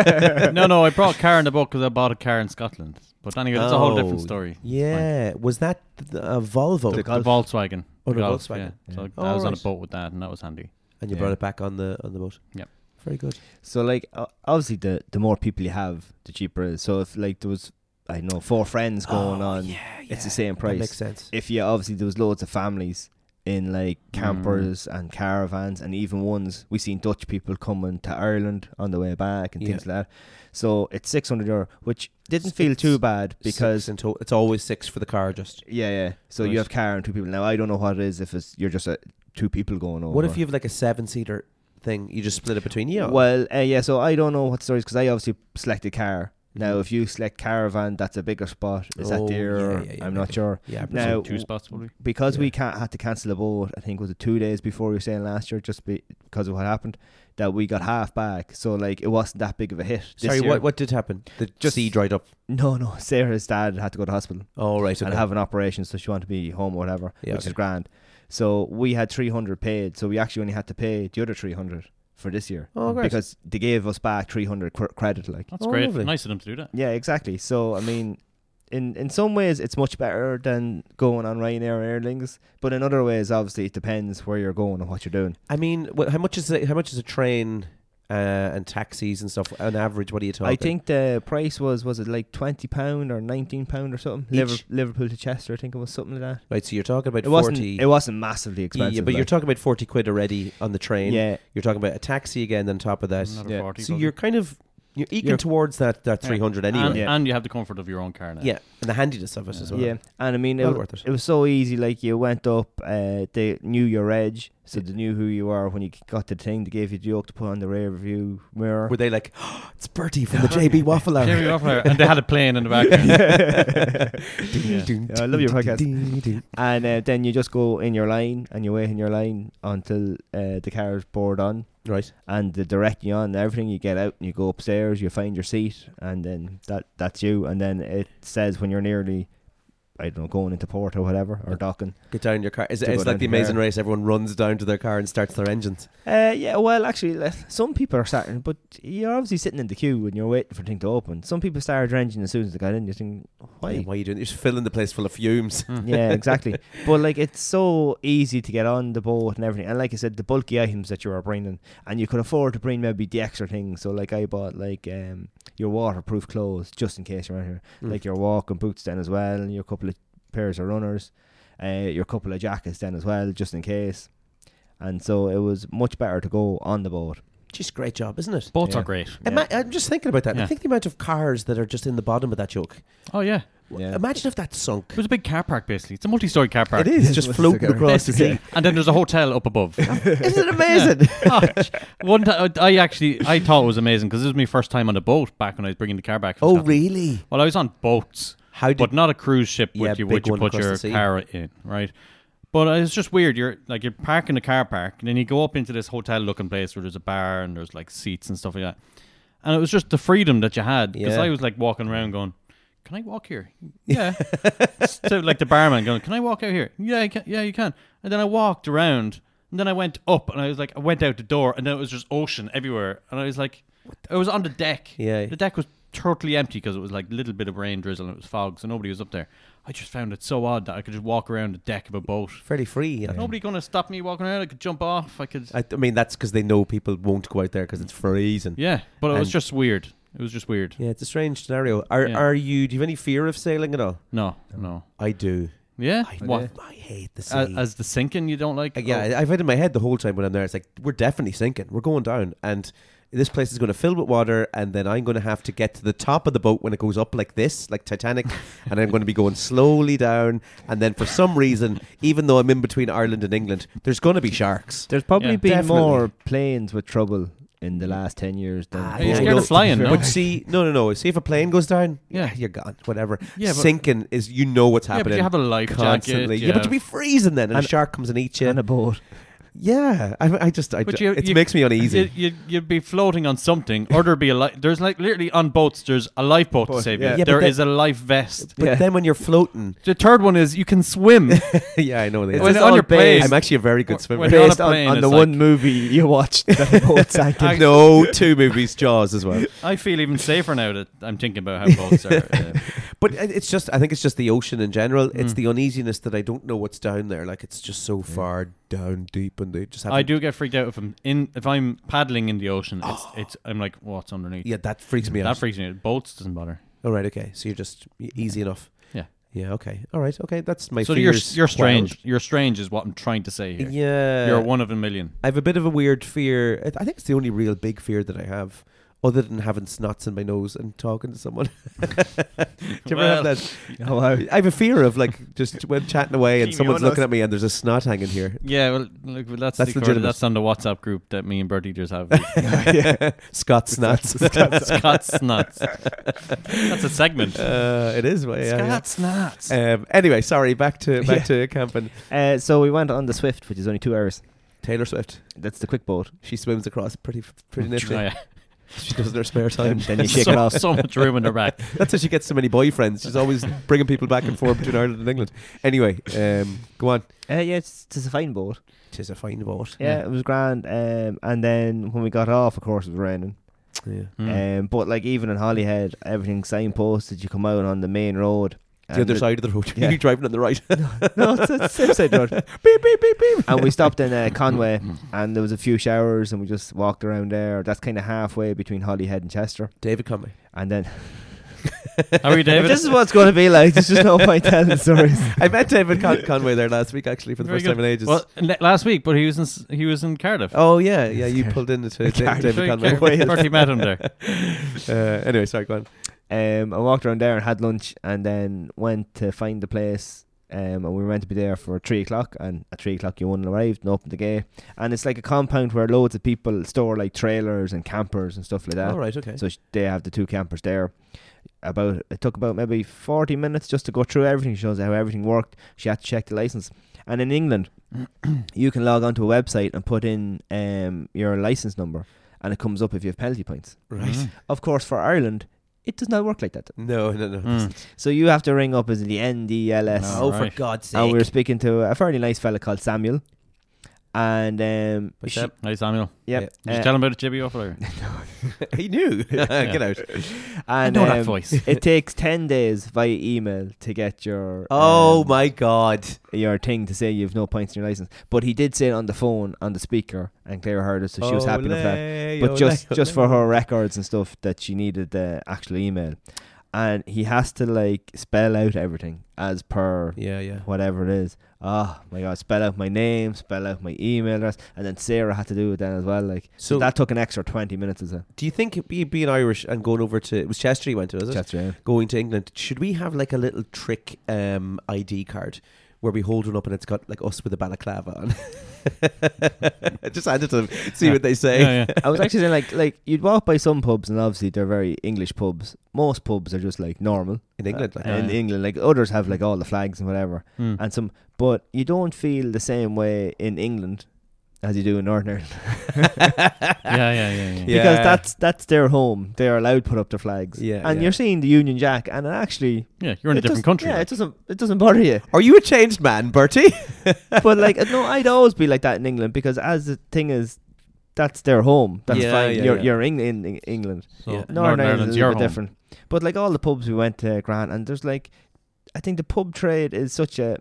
no, no, I brought car in the boat because I bought a car in Scotland. But anyway, that's a whole different
Oh,
story.
Yeah, was that th- a Volvo?
The,
Golf?
Volkswagen.
Oh, the
Golf,
Volkswagen.
Yeah. So
Yeah.
I was on a
Alright.
boat with that, and that was handy.
and you
Yeah.
brought it back on the on the boat.
Yep.
Very good.
So like o- obviously the the more people you have, the cheaper it is. So if like there was I don't know four friends going
Oh,
on,
yeah,
it's the
yeah.
same
That
price.
makes sense.
If you obviously there was loads of families in like
Mm.
campers and caravans and even ones we seen Dutch people coming to Ireland on the way back and
Yeah.
things like that. So it's six hundred euro, which didn't
S-
feel
it's
too bad because
Six in to- it's always six for the car. Just
yeah, yeah. So
Right.
you have car and two people. Now I don't know what it is if it's you're just a two people going over.
What if you have like a seven seater thing? You just split it between you.
Well, uh, yeah. So I don't know what stories because I obviously selected car. Now,
Mhm.
if you select caravan, that's a bigger spot. Is
Oh,
that there?
yeah,
or-
yeah, yeah, maybe.
I'm not sure.
yeah.
So
now-
two spots probably.
because
Yeah.
we can't had to cancel a boat. I think was it two days before we were saying last year, just be, because of what happened, that we got half back. So like it wasn't that big of a hit. This
Sorry,
year.
what what did happen? The
Just-
sea dried up.
No, no. <laughs> Sarah's dad had to go to hospital
Oh right, okay.
and have an operation, so she wanted to be home or whatever,
Yeah,
which
okay.
is grand. So we had three hundred paid. So we actually only had to pay the other three hundred for this year
oh great.
because they gave us back three hundred cr- credit. Like
That's
Oh,
great.
lovely.
Nice of them to do that.
yeah, exactly. So I mean, in in some ways, it's much better than going on Ryanair or Aer Lingus, but in other ways, obviously, it depends where you're going and what you're doing.
I mean, wh- how much is it, how much is a train uh, and taxis and stuff on average? What are you talking?
I think the price was was it like twenty pound or nineteen pound or something? Liver-
Each?
Liverpool to Chester, I think it was something like that.
right. So you're talking about
It wasn't
forty.
it wasn't massively
yeah,
expensive,
but you're
like.
talking about forty quid already on the train.
yeah,
You're talking about a taxi again on top of that.
Another
Yeah.
40
So
probably.
you're kind of you're eking
You're-
towards that that
Yeah.
three hundred
and,
anyway.
Yeah.
and you have the comfort of your own car now.
yeah. and the handiness of it as well.
yeah. And I mean, it,
Well
w-
worth it.
it was so easy. Like you went up, uh, they knew your edge, so they knew who you are when you got the thing. They gave you the yoke to put on the rear view mirror.
Were they like, <gasps> it's Bertie from the JB Waffle Hour? <laughs>
Jeremy Offenhauer, and they had a plane in the background.
<laughs>
Yeah.
I love your podcast. and uh, then you just go in your line and you wait in your line until uh, the car is board on
Right.
and they direct you on and everything you get out and you go upstairs you find your seat and then that that's you and then it says when you're nearly I don't know going into port or whatever or docking
Get down in your car. Is,
To
it's
go down
like the
to the
amazing
car.
race. Everyone runs down to their car and starts their engines.
uh, yeah well actually le- some people are starting but you're obviously sitting in the queue and you're waiting for the thing to open some people started drenching as soon as they got in you think why
Why are you doing? You're just filling the place full of fumes. <laughs>
Hmm.
yeah, exactly. But like, it's so easy to get on the boat and everything. And like I said, the bulky items that you are bringing, and you could afford to bring maybe the extra things. So like, I bought like um your waterproof clothes just in case you're out here, like your walking boots then as well, and your couple of pairs of runners, uh, your couple of jackets then as well, just in case. And so it was much better to go on the boat.
Just great job, isn't it?
Boats
Yeah.
are great.
Yeah.
Ima- I'm just thinking about that. I
Yeah.
think the amount of cars that are just in the bottom of that yoke.
Oh yeah,
Yeah.
Imagine if that sunk.
it was a big car park basically. It's a multi-story car park.
It is just
What's
floating
the car?
across
<laughs>
the sea.
and then there's a hotel up above.
<laughs> Isn't it amazing?
<laughs> Oh, j- one time, I actually I thought it was amazing because this was my first time on a boat back when I was bringing the car back. From
Oh,
Scotland.
really?
Well, I was on boats,
How did?
but not a cruise ship.
Yeah,
Would you
big
would you
one
put
across the sea.
your car in right? But uh, it's just weird. You're like you're parking the car park, and then you go up into this hotel-looking place where there's a bar and there's like seats and stuff like that. And it was just the freedom that you had because
Yeah.
I was like walking around going, "Can I
<laughs>
walk here? Yeah." so like the barman going, "Can I walk out here? Yeah, I can. Yeah, you can." And then I walked around, and then I went up, and I was like, I went out the door, and then it was just ocean everywhere, and I was like, I was on the deck.
Yeah.
the deck was totally empty because it was like a little bit of rain drizzle and it was fog, so nobody was up there. I just found it so odd that I could just walk around the deck of a boat.
fairly free. like.
Nobody gonna stop me walking around. I could jump off. I could.
I, I mean, that's because they know people won't go out there because it's freezing.
yeah, but it was
And-
just weird. It was just weird.
Yeah, it's a strange scenario. Are
Yeah.
are you? Do you have any fear of sailing at all?
No, no.
I do.
Yeah,
I
what?
I hate the sea.
A- As the sinking, you don't like? Oh.
Uh, yeah, I- I've had in my head the whole time when I'm there. It's like we're definitely sinking. We're going down, and this place is going to fill with water, and then I'm going to have to get to the top of the boat when it goes up like this, like
<laughs>
Titanic, and I'm going to be going slowly down. And then for some reason, even though I'm in between Ireland and England, there's going to be sharks.
There's probably
Yeah.
been
Definitely.
more planes with trouble in the last ten years than.
Ah,
Are you
yeah,
boats.
I
scared
know.
of
<laughs>
flying? No.
But see, no, no, no. See if a plane goes down,
Yeah.
yeah, you're gone. Whatever.
Yeah, but-
sinking is you know what's
yeah,
happening.
but you have a life
constantly.
jacket.
yeah. but you'll be freezing then, and,
And-
a shark comes and eats you.
on a boat.
yeah, I, I just, I,
But
ju-
you-
it
you-
makes me uneasy.
You, you, you'd be floating on something, or there'd be a li- There's like literally on boats. There's a lifeboat to
Boat,
save
yeah.
you.
Yeah, but
There
that-
is a life vest.
but
Yeah.
then when you're floating, <laughs>
The third one is you can swim.
yeah, I know. They
It's
when
just
on
all
your
based-
plane,
I'm actually a very good
When-
swimmer.
when- But on a
based on,
plane,
on the
it's
one
like-
movie you watched that
<laughs>
the boat sank in.
no, two movies, Jaws as well.
I feel even safer now that I'm thinking about how
<laughs>
boats are. Uh,
But it- it's just, I think it's just the ocean in general. It's
Mm.
the uneasiness that I don't know what's down there. Like it's just so far down deep, and they just have.
I do get freaked out if I'm in if I'm paddling in the ocean. It's, it's I'm like what's underneath.
Oh. Yeah, that freaks me
that
out.
freaks me out. Boats doesn't bother.
All Oh, right, okay. So you're just e- easy enough.
Yeah.
Yeah. Okay. All right. Okay. That's my.
so you're
fears
you're
quelled.
strange. You're strange is what I'm trying to say here.
Yeah.
You're one of a million.
I have a bit of a weird fear. I- I think it's the only real big fear that I have other than having snots in my nose and talking to someone. <laughs> Do you ever have
Well, <laughs>
that?
Oh, wow.
I have a fear of like just when chatting away and
Keep me
someone's
honest.
looking at me and there's a snot hanging
<laughs>
here. <laughs>
Yeah, well, look, well, that's
That's
that's,
legitimate.
that's on the WhatsApp group that me and Bert Eaters
<laughs>
have. <laughs>
Scott snots. <laughs>
Scott's nuts. That's a segment.
Uh, it is. well, Yeah, yeah.
Scott's nuts.
Um, anyway, sorry. Back
<laughs>
to back to camping.
Uh, so we went on the Swift, which is only two hours.
Taylor Swift.
That's the quick boat.
She swims across pretty
<laughs>
pretty
Oh,
nippy.
yeah.
She does in her spare time. <laughs>
Then you shake
<laughs> so,
it off.
so much room in her back.
That's how she gets so many boyfriends. She's always bringing people back and forth between Ireland and England. Anyway, um, go on.
Uh, yeah, it's, it's a fine boat.
Tis a fine boat.
Yeah,
Yeah.
it was grand. Um, and then when we got off, of course, it was raining.
Yeah.
Mm.
Um, but like even in Holyhead, everything's signposted. You come out on the main road.
The other side of the road. <laughs>
Yeah.
you driving on the right.
<laughs> no, it's the same side road.
beep beep beep beep.
And we stopped in uh, Conway, and there was a few showers, and we just walked around there. That's kind of halfway between Holyhead and Chester.
David Conway.
And then
How are you,
<laughs>
David?
this is what it's going to be like. There's just no point telling stories.
I met David Con- Conway there last week actually for the
Very
first
good.
time in ages.
well, n- last week, but he was in s- he was in Cardiff.
Oh yeah, yeah. You pulled in to Da- David Conway.
<laughs>
Bertie met him there.
<laughs> Uh, anyway, sorry, go on.
Um, I walked around there and had lunch, and then went to find the place. Um, and we were meant to be there for three o'clock, and at three o'clock you wouldn't arrived and opened the gate. And it's like a compound where loads of people store like trailers and campers and stuff like that.
All right, okay.
So sh- they have the two campers there. About it took about maybe forty minutes just to go through everything. Shows how everything worked. She had to check the license. And in
<clears throat>
England, you can log onto a website and put in um, your license number, and it comes up if you have penalty points.
right.
Mm.
Of course, for Ireland, it does not work like that.
No, no, no.
Mm.
So you have to ring up as the NDLS.
No.
Oh,
Right.
for God's sake!
And we were speaking to a fairly nice fella called Samuel, and um,
What's
she-
up?
Hi, Samuel.
yep,
Did you
uh,
tell him about the jibby waffle?
<laughs>
I
he knew. Get out.
and
know that
um, <laughs>
voice.
it takes 10 days via email to get your
Oh
um,
my God!
your thing to say you've no points in your license but he did say it on the phone on the speaker and Claire heard it so she was
Oh,
happy with that
Olé,
but
olé,
just just for
olé.
her records and stuff that she needed the actual email and he has to like spell out everything as per
Yeah, yeah.
whatever it is oh my god spell out my name spell out my email address and then Sarah had to do it then as well like so,
So-
that took an extra 20 minutes as a
Do you think be- being Irish and going over to it was Chester you went to, is it?
Chester, yeah.
Going to England, should we have like a little trick um, ID card where we hold one up and it's got like us with a balaclava <laughs> on? Just hand it to them, see what they say.
Yeah, yeah.
I was actually saying <laughs> like like you'd walk by some pubs and obviously they're very English pubs. Most pubs are just like normal
In England, like
uh, in <laughs>
Yeah.
England. Like others have like all the flags and whatever,
Mm.
and some. But you don't feel the same way in England as you do in Northern Ireland <laughs>
yeah, yeah, yeah, yeah.
because
Yeah.
that's that's their home. They are allowed to put up their flags.
Yeah,
and
yeah.
you're seeing the Union Jack, and it actually
Yeah, you're in a
it
different
doesn't-
country.
Yeah,
like.
it doesn't it doesn't bother you.
<laughs> Are you a changed man, Bertie?
but like uh, no, I'd always be like that in England because as the thing is. That's their home. That's
Yeah,
fine.
yeah,
you're
yeah.
you're in, in, in England.
So
Yeah.
Northern, Ireland's,
Ireland's
a
your
little bit
home.
different. But like all the pubs we went to, Grant, and there's like, I think the pub trade is such a,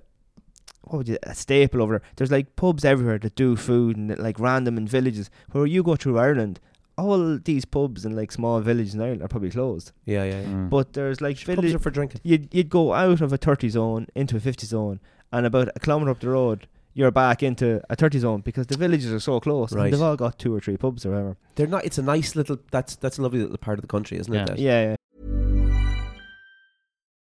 what would you, a staple over there. There's like pubs everywhere that do food and like random in villages. Where you go through Ireland, all these pubs in like small villages in Ireland are probably closed.
yeah, yeah.
Mm.
But there's like
Pubs
village,
are for drinking.
you'd you'd go out of a thirty zone into a fifty zone, and about a kilometer up the road. You're back into a 30 zone because the villages are so close.
Right.
And they've all got two or three pubs or whatever.
They're not. It's a nice little. That's that's a lovely little part of the country, isn't
Yeah.
it? that?
Yeah, yeah.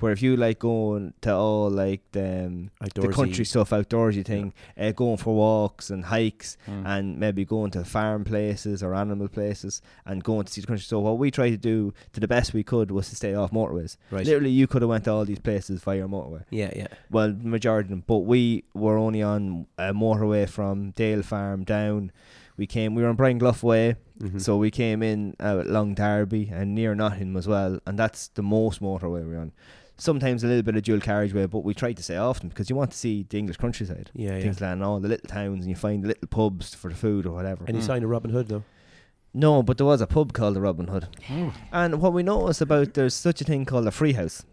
Where if you like going to all like the, um, the
Outdoorsy.
country stuff, outdoorsy thing, uh, going for walks and hikes,
Mm.
Mm.
and maybe going to farm places or animal places and going to see the country. So what we tried to do to the best we could was to stay off motorways.
Right.
Literally, you could have went to all these places via motorway.
yeah, yeah,
Well, majority of them, but we were only on a motorway from Dale Farm down. We came, we were on Brian Bluff Way,
Mm-hmm.
so we came in uh, at Long Derby and near Nottingham as well, and that's the most motorway we're on. Sometimes a little bit of dual carriageway, but we tried to stay off them because you want to see the English countryside.
Yeah, yeah.
Things like that, and all the little towns, and you find the little pubs for the food or whatever.
Any sign of Robin Hood though?
No, but there was a pub called the Robin Hood.
Oh.
And what we noticed about there's such a thing called a free house.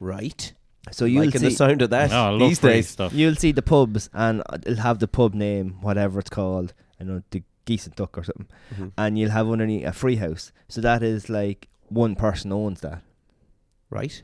Right.
So you'll
Liking
see
the sound of
uh,
that
Oh, I love
these
free
days.
stuff.
you'll see the pubs and it'll have the pub name, whatever it's called. I know the geese and duck or something.
Mm-hmm.
And you'll have underneath a free house. So that is like one person owns that.
Right.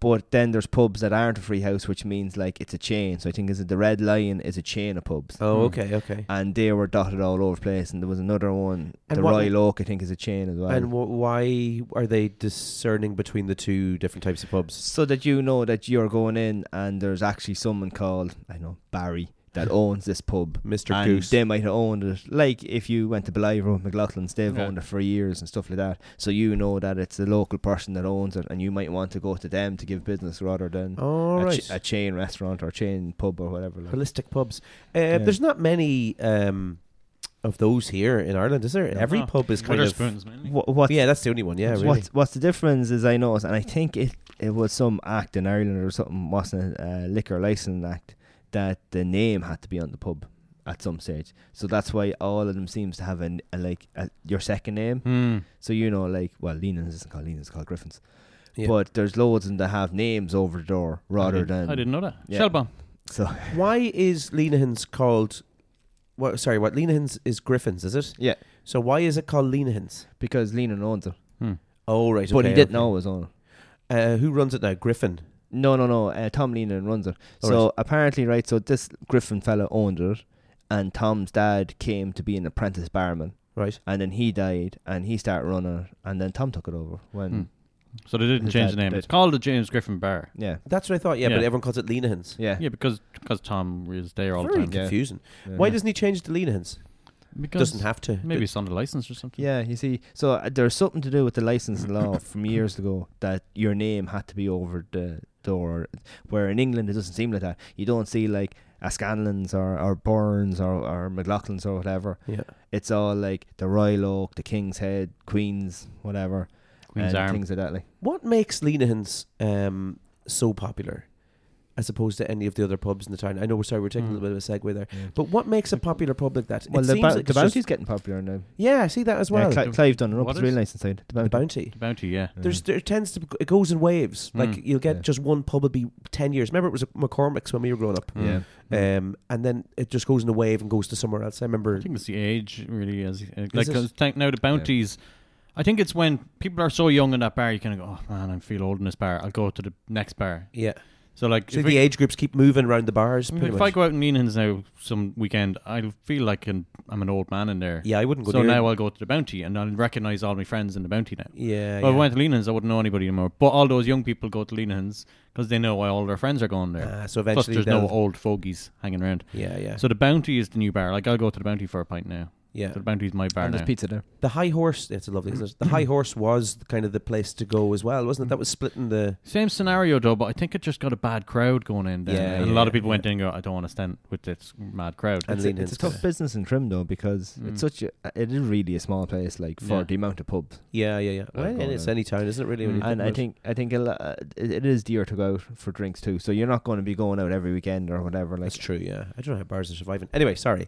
But then there's pubs that aren't a free house, which means like it's a chain. So I think is it the Red Lion is a chain of pubs. Mm.
Oh, okay, okay.
And they were dotted all over the place, and there was another one,
And
the
what-
Royal Oak, I think, is a chain as well.
and wh- why are they discerning between the two different types of pubs?
so that you know that you're going in and there's actually someone called I know Barry <laughs> that owns this pub,
Mr.
And
Goose.
They might have owned it, like if you went to Beliver with McLaughlin's, they've
Yeah.
owned it for years and stuff like that. So you know that it's a local person that owns it, and you might want to go to them to give business rather than
Oh, All
a,
right.
ch- a chain restaurant or a chain pub or whatever. like.
holistic pubs. Uh, There's not many um, of those here in Ireland, is there? Every
No.
pub is kind of.
Witherspoons mainly.
What, what
Yeah, that's the only one. Yeah, really.
What's what's the difference is I noticed, and I think it, it was some act in Ireland or something, wasn't it? Uh, liquor license act that the name had to be on the pub at some stage. So that's why all of them seems to have an, a like a, your second name.
Hmm.
So you know, like well, Leenan's isn't called Leenan's, it's called Griffins.
Yeah.
But there's loads of them that have names over the door rather
I didn't-
than
Mm. I didn't know that.
Yeah.
Shelbourne.
so <laughs>
Why is Leanahans called? What? Sorry, what? Leanahans is Griffins, is it?
yeah
So why is it called Leanahans?
because Leenan owns it,
Hmm.
Oh right,
but he
okay,
didn't
okay.
know it was on. it.
Uh, who runs it now? Griffin.
No, no, no. Uh, Tom Leenan runs it.
All
so apparently, right. So this Griffin fella owned it, and Tom's dad came to be an apprentice barman,
Right.
and then he died, and he started running it, and then Tom took it over. When
Hmm. So they didn't
His
change
dad
the name.
did.
It's called the James Griffin Bar.
yeah,
That's what I thought. Yeah, but
Yeah.
everyone calls it Leanahans.
yeah,
<laughs> Yeah, because because Tom is there all
Very
the time.
confusing.
yeah.
Why doesn't he change it to Leanahans?
Because
Doesn't have to.
maybe it's under license or something.
Yeah, you see, so uh, there's something to do with the licensing law from years ago that your name had to be over the door. Where in England it doesn't seem like that. You don't see like a Scanlon's or, or Burns or, or McLaughlin's or whatever.
Yeah.
It's all like the Royal Oak, the King's Head, Queen's, whatever,
Queen's
and
Arm.
things like that. Like
What makes Leanahans um, so popular, as opposed to any of the other pubs in the town? I know we're sorry, we're taking a
Hmm.
little bit of a segue there, but what makes a popular pub like that?
well,
it
the,
seems
bou-
like
the
it's just-
Bounty's getting popular now.
Yeah, I see that as well.
yeah, Cl-
The-
Clive done it up.
what
It's really
is-
nice inside the
the
Bounty.
bounty.
The bounty, yeah.
There's there tends to it goes in waves. Like
Mm.
you'll get
Hmm. Yeah.
just one pub will be ten years. Remember it was a McCormick's when we were growing up.
Mm.
Yeah.
Um, and then it just goes in a wave and goes to somewhere else. I remember.
I think it's the age really is uh, like
it?
'cause thank- now the bounties. I think it's when people are so young in that bar, you kind of go, oh man, I feel old in this bar. I'll go to the next bar.
Yeah.
So like,
So
if,
the
we-
age groups keep moving around the bars.
I mean,
pretty
if
much.
I go out in Leanan's now some weekend, I feel like an, I'm an old man in there.
yeah, I wouldn't go
So
near.
now I'll go to the bounty and I'll recognize all my friends in the bounty now.
yeah.
If I
yeah.
went to Leanan's, I wouldn't know anybody anymore. But all those young people go to Leanan's because they know why all their friends are going there.
Ah, so
Plus,
eventually
there's no
they'll-
old fogies hanging around.
Yeah, yeah,
So the bounty is the new bar. Like I'll go to the bounty for a pint now.
yeah.
So the bounty is my bar
And
now.
there's pizza there.
The high horse. It's a lovely. Isn't it? The high horse was the- kind of the place to go as well, wasn't it? That was splitting the.
Same scenario though, but I think it just got a bad crowd going in. Then.
Yeah,
and
yeah,
a lot of people
yeah.
went in and go, I don't want to stand with this mad crowd.
And
It's,
lean
a, it's a
into
tough
it.
business in Trim though because it's such a it is really a small place like for
Yeah.
the amount of pubs.
Yeah, yeah, yeah. Well,
go
and it's
there.
any town, isn't it? Really, when
Mm.
you
and I
about it?
think I think a lo- uh, it, it is dear to go out for drinks too. So you're not going to be going out every weekend or whatever. Like
that's true. Yeah, I don't know how bars are surviving. Anyway, sorry.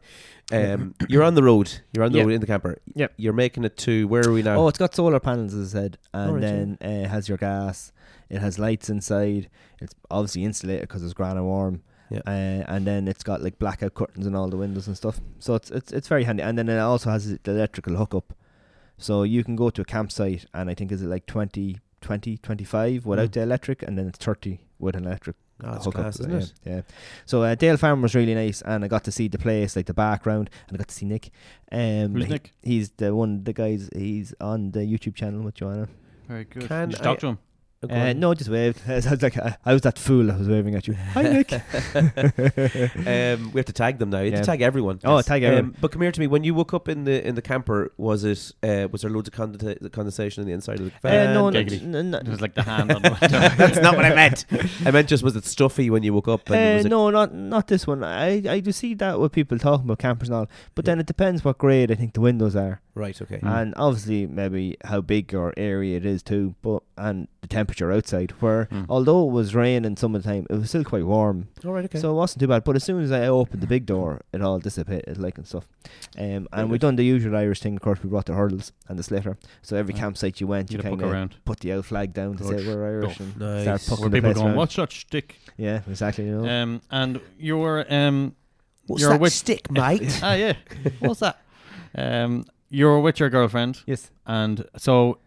Um, you're on the road. You're on the
Yeah.
road in the camper.
Yep.
You're making it to where are we now?
oh, it's got solar panels as I said, and
Alright, yeah.
then uh, it has your gas. It has lights inside. It's obviously insulated because it's gran and warm.
Yeah.
Uh, and then it's got like blackout curtains and all the windows and stuff. So it's it's it's very handy. And then it also has the electrical hookup. So you can go to a campsite and I think is it like 20, 20 25 without
Mm.
the electric, and then it's thirty with an electric.
Oh, it's
hook up
class,
to
isn't
that,
it?
Yeah. yeah. So uh, Dale Farm was really nice, and I got to see the place, like the background, and I got to see Nick. Um,
Who's
he-
Nick?
He's the one, the guys. He's on the YouTube channel with Joanna.
Very good.
Can
Did you
I-
talk to
<laughs>
him?
Oh, go
Uh,
on.
no, just waved. <laughs> I was like, I, I was that fool. I was waving at you.
<laughs>
Hi, Nick. <laughs>
um, we have to tag them now. You have
Yeah.
to tag everyone. Um,
Oh, tag everyone.
but come here to me. When you woke up in the in the camper, was it uh, was there loads of conde- condensation on the inside of the
Uh,
van?
no, no, <laughs>
giggity.
no, no,
It was like the hand
<laughs>
on the window.
That's not what I meant. I meant just was it stuffy when you woke up? And
Uh,
was it,
no, not not this one. I I do see that with people talking about campers and all, but then it depends what grade I think the windows are,
Right. Okay.
Mm.
and obviously maybe how big or area it is too, but and the temperature outside. Where
Mm.
Oh,
although it was raining some of the time, it was still quite warm.
All right. Okay.
So it wasn't too bad. But as soon as I opened the big door, it all dissipated, like and stuff. Um, and we
good.
done the usual Irish thing. Of course, we brought the hurdles and the slitter. So every
Right.
campsite you went,
Did
you
a book
kind of
around.
put the old flag down to
Good
say we're Irish
stuff.
and
Nice.
start
Where
pucking the
people
place
going,
around.
what's that shtick?
Yeah, exactly.
Oh.
You know. Uh,
Um, and you were um,
What's
you're
that
with-
stick, mate?
ah <laughs> yeah, what's that? Um, you were with your girlfriend,
yes.
and so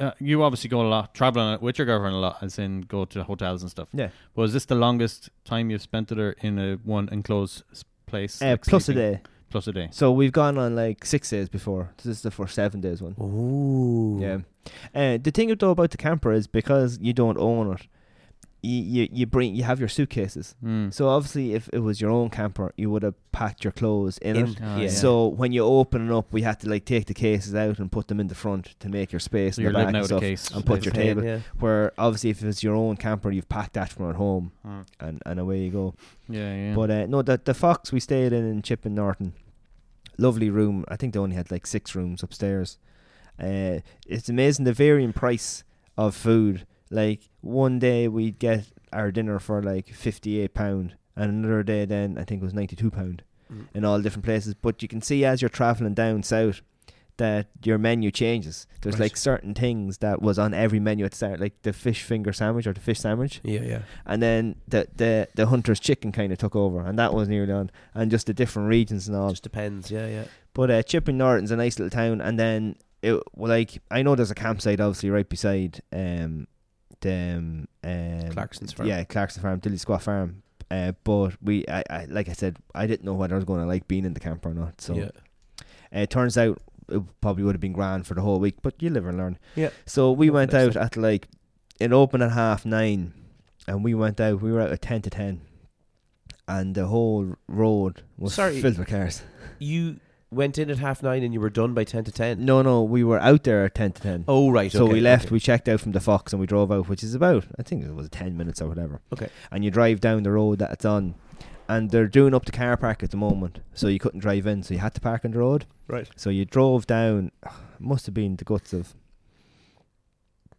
uh, you obviously go a lot traveling with your girlfriend a lot, as in go to hotels and stuff.
Yeah.
Was this the longest time you've spent it or in a one enclosed s- place?
Uh,
like
plus
sleeping?
a day.
Plus a day.
So we've gone on like six days before. So this is the first seven days one.
Ooh.
Yeah. Uh, the thing though about the camper is because you don't own it, you, you you bring you have your suitcases.
Mm.
So obviously, if it was your own camper, you would have packed your clothes in,
In-
it.
Ah,
yeah.
yeah.
So when you open it up, we had to like take the cases out and put them in the front to make your space
So
in the
you're
back
living
and
out a
stuff.
case
and put your
Plane,
table.
Yeah.
Where obviously, if it's your own camper, you've packed that from at home,
Mm.
and, and away you go.
Yeah, yeah.
But uh, no, the the Fox we stayed in in Chip and Norton. lovely room. I think they only had like six rooms upstairs. Uh, it's amazing the varying price of food. Like one day we'd get our dinner for like fifty eight pound, and another day then I think it was ninety two pound,
Mm.
in all different places. But you can see as you're traveling down south that your menu changes. There's
Right.
like certain things that was on every menu at the start, like the fish finger sandwich or the fish sandwich
Yeah, yeah.
and then the the, the hunter's chicken kind of took over, and that was nearly on, and just the different regions and all.
Just depends. Yeah, yeah.
But uh, Chipping Norton's a nice little town, and then it well, like I know there's a campsite obviously right beside um the um, um,
Clarkson's farm.
yeah Clarkson Farm, Dilly Squat Farm. Uh, but we, I, I, like I said, I didn't know whether I was going to like being in the camp or not. So
yeah.
uh, it turns out it probably would have been grand for the whole week, but you live and learn.
Yeah.
So we
Hopefully
went
that's
out at like it opened at half nine, and we went out. We were out at ten to ten, and the whole road was
Sorry.
filled with cars.
You went in at half nine and you were done by ten to ten.
No, no, we were out there at ten to ten.
Uh, Oh right.
so
okay,
we left.
okay.
We checked out from the Fox and we drove out, which is about I think it was ten minutes or whatever.
Okay.
And you drive down the road that it's on, and they're doing up the car park at the moment, so you couldn't drive in, so you had to park on the road.
Right.
So you drove down. <sighs> Must have been the guts of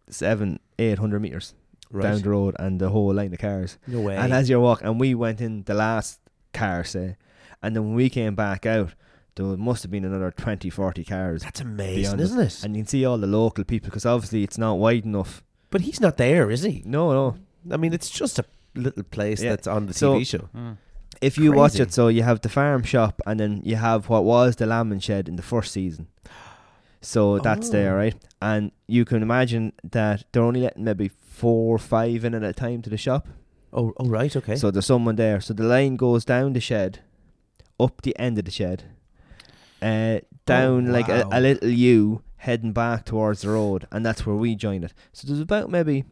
seven, eight hundred meters
Right.
down the road, and the whole line of cars.
no way.
And as you're walking, and we went in the last car, say, and then when we came back out, there must have been another 20, 40 cars.
That's amazing,
beyond
isn't it?
And you can see all the local people because obviously it's not wide enough.
but he's not there, is he?
No, no.
I mean, it's just a little place
Yeah.
that's on the
So-
TV show.
Mm.
If you watch
Crazy.
it, so you have the farm shop, and then you have what was the lambing shed in the first season. So that's there,
Oh.
right? And you can imagine that they're only letting maybe four or five in at a time to the shop.
Oh, oh right, okay.
So there's someone there. So the line goes down the shed, up the end of the shed, uh, down like a,
Oh, wow.
a little U, heading back towards the road, and that's where we joined it. So there's about maybe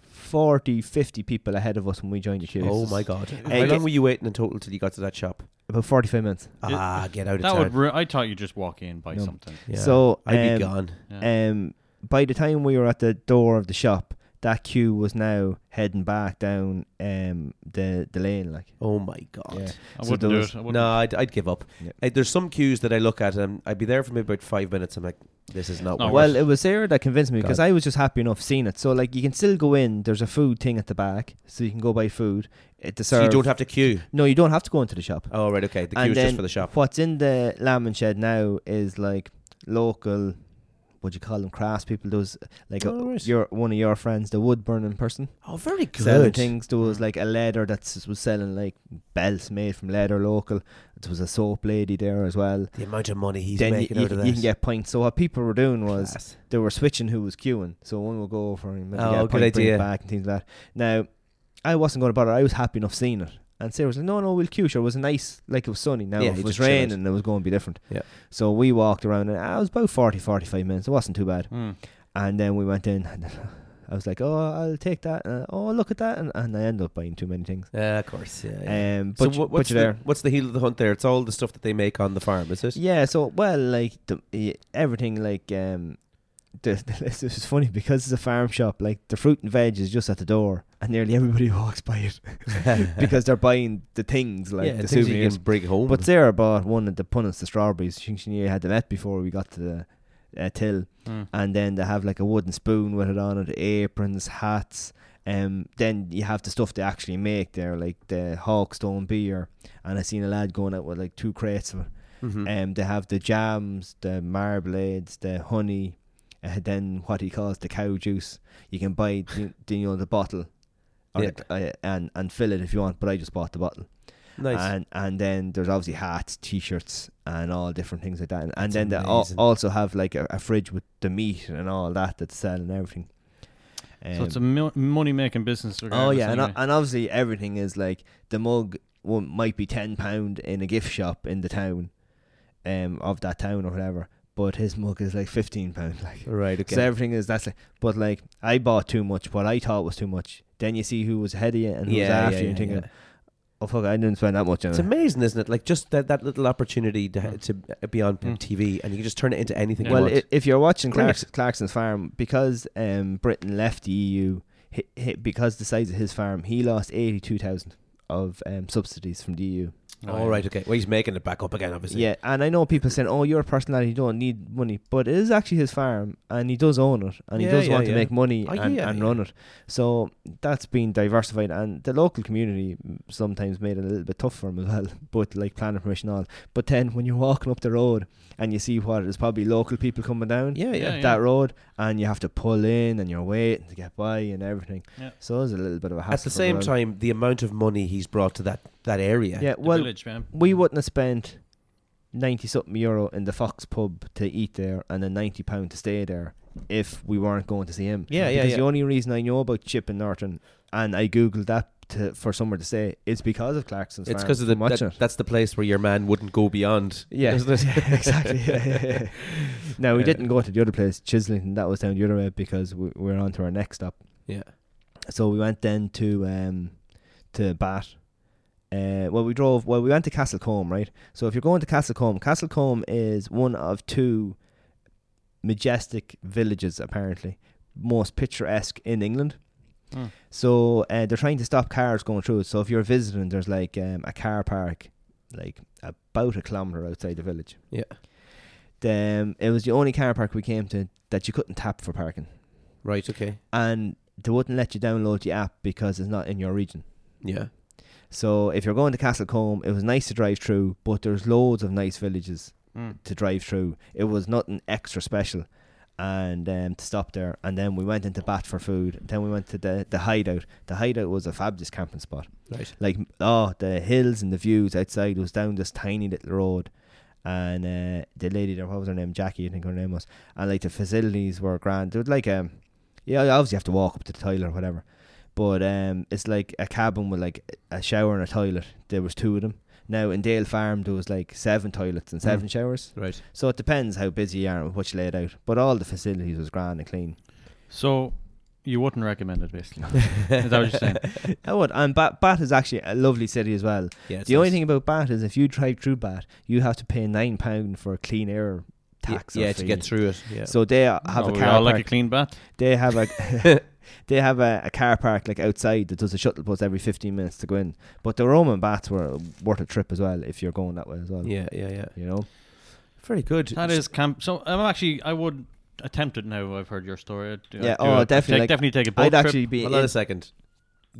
40, 50 people ahead of us when we joined the queue.
oh my god. How
get-
long were you waiting in total till you got to that shop?
About 45 minutes.
Ah, get out of
That
town.
would. Ru- I thought you just walk in, buy
No.
something.
Yeah.
So,
I'd be
um,
gone.
Yeah.
Um, by the time we were at the door of the shop, that queue was now heading back down um, the, the lane. Like,
Oh my god.
yeah.
I
so
wouldn't
there
do
was-
it. I wouldn't.
No, I'd, I'd give up.
Yeah.
I, there's some cues that I look at and I'd be there for maybe about five minutes. I'm like, this is not
Not
worth
Well,
it.
it was Sarah that convinced me
God.
because I was just happy enough seeing it. So like, you can still go in. There's a food thing at the back, so you can go buy food. It the
so you
serve-
don't have to queue.
No, you don't have to go into the shop.
Oh right, okay. The
And
queue is just
then
for the shop.
What's in the lamb and shed now is like local. What do you call them? Crafts people. Those like a-
Oh, right.
your one of your friends, the wood burning person,
Oh, very
selling
good.
things. There was like a leather that was selling like belts made from leather local. There was a soap lady there as well.
The amount of money he's
then you,
making
you
out of
can-
that.
you can get points. So what people were doing was
Class.
they were switching who was queuing. So one will go over and maybe
Oh,
get a
good
point, bring it
idea.
back and things like that. Now, I wasn't going to bother. I was happy enough seeing it. And Sarah was like, no, no, we'll queue. Sure, it was nice, like it was sunny. Now,
Yeah,
if
you
it was
just chill out.
raining, it was going to be different.
Yeah.
So we walked around and ah, it was about 40, 45 minutes. It wasn't too bad.
Mm.
And then we went in <laughs> and I was like, oh, I'll take that. Uh, oh, look at that. And, and I ended up buying too many things.
Yeah, of course. Yeah. yeah.
Um,
so
but, you-
what, what's the,
but you're there.
what's the heel of the hunt there? It's all the stuff that they make on the farm, is it?
Yeah, so well, like the eh, everything, like um, the, <laughs> the list is funny because it's a farm shop. Like the fruit and veg is just at the door, and nearly everybody <laughs> walks
<laughs>
by it because they're buying the things like
yeah,
the
things you
souvenirs.
can bring home.
But Sarah bought one of the punnets, the strawberries. She, she knew I had them at before we got to the uh, till,
Mm.
and then they have like a wooden spoon with it on it, aprons, hats. Um, then you have the stuff they actually make there, like the Hawkstone beer. And I seen a lad going out with like two crates of it.
Mhm.
Um, they have the jams, the marmalades, the honey, uh, then what he calls the cow juice. You can buy the, the, you know the bottle, or
Yeah.
the, uh, and and fill it if you want. But I just bought the bottle,
nice.
and and then there's obviously hats, t-shirts, and all different things like that. And, and
That's
then they al-
amazing.
also have like a, a fridge with the meat and all that that's selling everything.
So it's a
Um,
mil- money making business.
oh
regardless
yeah, and, o-
anyway.
and obviously everything is like the mug one might be ten pound in a gift shop in the town, um, of that town or whatever. But his mug is like fifteen pound, <laughs> like.
right. Okay.
So everything is that's like, but like I bought too much. What I thought was too much. Then you see who was ahead of you and who
yeah,
was after
yeah,
you,
yeah,
and thinking,
yeah.
"Oh fuck, I didn't spend that much on
It's
it."
amazing, isn't it? Like just that, that little opportunity to, ha-
Mm.
to uh, be on
Mm.
TV, and you can just turn it into anything.
Yeah.
you
Well,
want.
i if you're watching
Great.
Clarks, Clarkson's farm, because um, Britain left the EU, hi hi because the size of his farm, he lost eighty-two thousand of um, subsidies from the EU.
All
Oh,
right, okay. Well, he's making it back up again, obviously.
Yeah, and I know people saying, "Oh, you're a personality; you don't need money," but it is actually his farm, and he does own it, and
Yeah,
he does
yeah,
want
yeah.
to make money
Oh,
and,
yeah,
and
yeah.
run it. So that's been diversified, and the local community sometimes made it a little bit tough for him as well. <laughs> But like planning permission, and all. But then when you're walking up the road and you see what is probably local people coming down,
Yeah, yeah.
Yeah,
that road, and you have to pull in, and you're waiting to get by and everything.
Yeah.
So it's a little bit of a hassle
At the
for
same
him.
time, the amount of money he's brought to that, that area.
yeah.
The
Well,
village, man.
we wouldn't have spent 90 something euro in the Fox pub to eat there and then 90 pound to stay there if we weren't going to see him.
Yeah, yeah,
Because
yeah.
the only reason I know about Chip and Norton and I googled that to, for somewhere to stay is because of Clarkson's.
It's
farm
because of the
from watching
that, that's the place where your man wouldn't go beyond.
Yeah,
isn't
<laughs>
it?
Yeah, exactly. Yeah,
<laughs>
yeah, yeah. No, we
Yeah.
didn't go to the other place, Chislington. That was down the other way because we, we're on to our next stop.
Yeah.
So we went then to um to Bat. Uh, well, we drove. Well, we went to Castlecombe, right? So if you're going to Castlecombe, Castlecombe is one of two majestic villages, apparently most picturesque in England.
Hmm.
So uh, they're trying to stop cars going through it. So if you're visiting, there's like um, a car park, like about a kilometer outside the village.
Yeah.
Um, it was the only car park we came to that you couldn't tap for parking,
Right. Okay.
and they wouldn't let you download the app because it's not in your region.
Yeah.
So if you're going to Castlecombe, it was nice to drive through, but there's loads of nice villages
Mm.
to drive through. It was nothing extra special, and um, to stop there, and then we went into Bat for food. Then we went to the the hideout. The hideout was a fabulous camping spot.
Right.
Like oh, the hills and the views outside was down this tiny little road. And uh, the lady there, what was her name? Jackie, I think her name was. And like the facilities were grand. They would like um, yeah, you obviously have to walk up to the toilet or whatever. But um, it's like a cabin with like a shower and a toilet. There was two of them. Now in Dale Farm, there was like seven toilets and seven showers.
Right.
So it depends how busy you are and what you laid out. But all the facilities was grand and clean.
So you wouldn't recommend
<laughs>
it, basically. is that what you're saying?
I would. Oh, And Bat, Bat is actually a lovely city as well.
Yeah. it's
the only
nice.
thing about Bat is if you drive through Bat, you have to pay nine pound for a clean air
Yeah,
tax. or
Yeah, to get
fee.
through it. Yeah.
So they have
Oh,
a
we
car
all
park.
like a clean bat.
they have
<laughs>
a <laughs> they have a, a car park like outside that does a shuttle bus every fifteen minutes to go in. But the Roman Bats were worth a trip as well if you're going that way as well.
yeah. Yeah. Yeah.
You know.
Very good.
That is camp. So I'm actually, I would attempt it now. I've heard your story. I'd do-
Yeah,
I'd do
oh,
a-
definitely,
take-
like,
definitely take a boat
I'd
trip.
actually be
Hold on
in-
a second.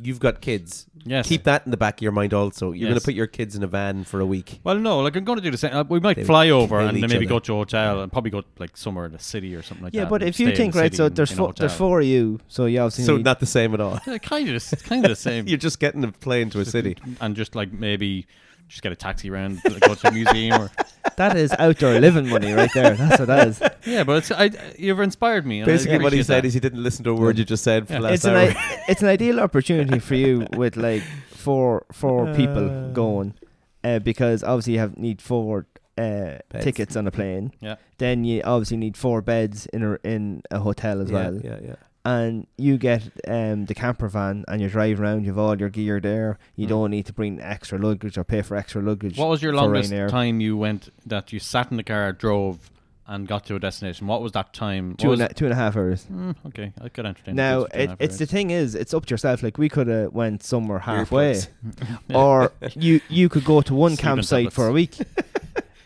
You've got kids.
yes.
Keep that in the back of your mind. Also, you're going
Yes.
to put your kids in a van for a week.
Well, no, like I'm going to do the same. Uh, We might
They
fly over
kill
and then
each
maybe
other.
go to a hotel and probably go like somewhere in the city or something like
Yeah,
that.
but
and
if you
stay in
think
the
right,
city
so
in-
there's
in a
four, there's
hotel.
four of you, so you obviously
So
need-
not the same at all.
Yeah, kind of, it's kind of the
<laughs>
same.
You're just getting a plane to a city.
and just like maybe just get a taxi around, like, go to a
<laughs>
museum or
<laughs> that is outdoor living money right there. That's what that
<laughs>
is.
yeah. But it's, I, you've inspired me. and I
Basically, what he
appreciate
said
that.
is he didn't listen to a word you just said for the
Uh,
last
It's an
hour. <laughs>
<laughs>
I- it's an ideal opportunity for you with like four four people going, uh, because obviously you have need four uh,
Beds.
tickets on a plane.
Yeah.
Then you obviously need four beds in a in a hotel as
yeah,
well,
yeah, yeah.
and you get um the camper van and you drive around. You've all your gear there. You
Mm.
don't need to bring extra luggage or pay for extra luggage.
What was your
for
longest
Ryanair.
time you went that you sat in the car, drove, and got to a destination? What was that time?
Two
What
and, a, two and a half hours.
was- Hmm, okay, I could entertain. the
e- Now
kids for two and
it,
a half
it's the
hours.
thing is it's up to yourself. Like we could have went somewhere
<laughs>
halfway,
Earplugs.
or you you could go to one
Sleeping
campsite for a week.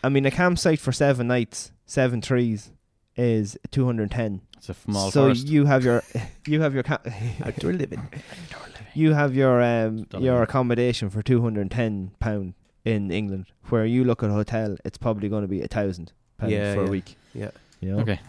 I mean, a campsite for seven nights, seven trees, is two hundred and ten.
it's a small
so
forest.
you have your <laughs> you have your ca-
<laughs> Outdoor living.
you have your um
Stunning.
your accommodation for two hundred and ten pound in England. Where you look at a hotel, it's probably going to be a thousand pounds
Yeah,
for a
yeah.
week.
Yeah.
You know?
okay,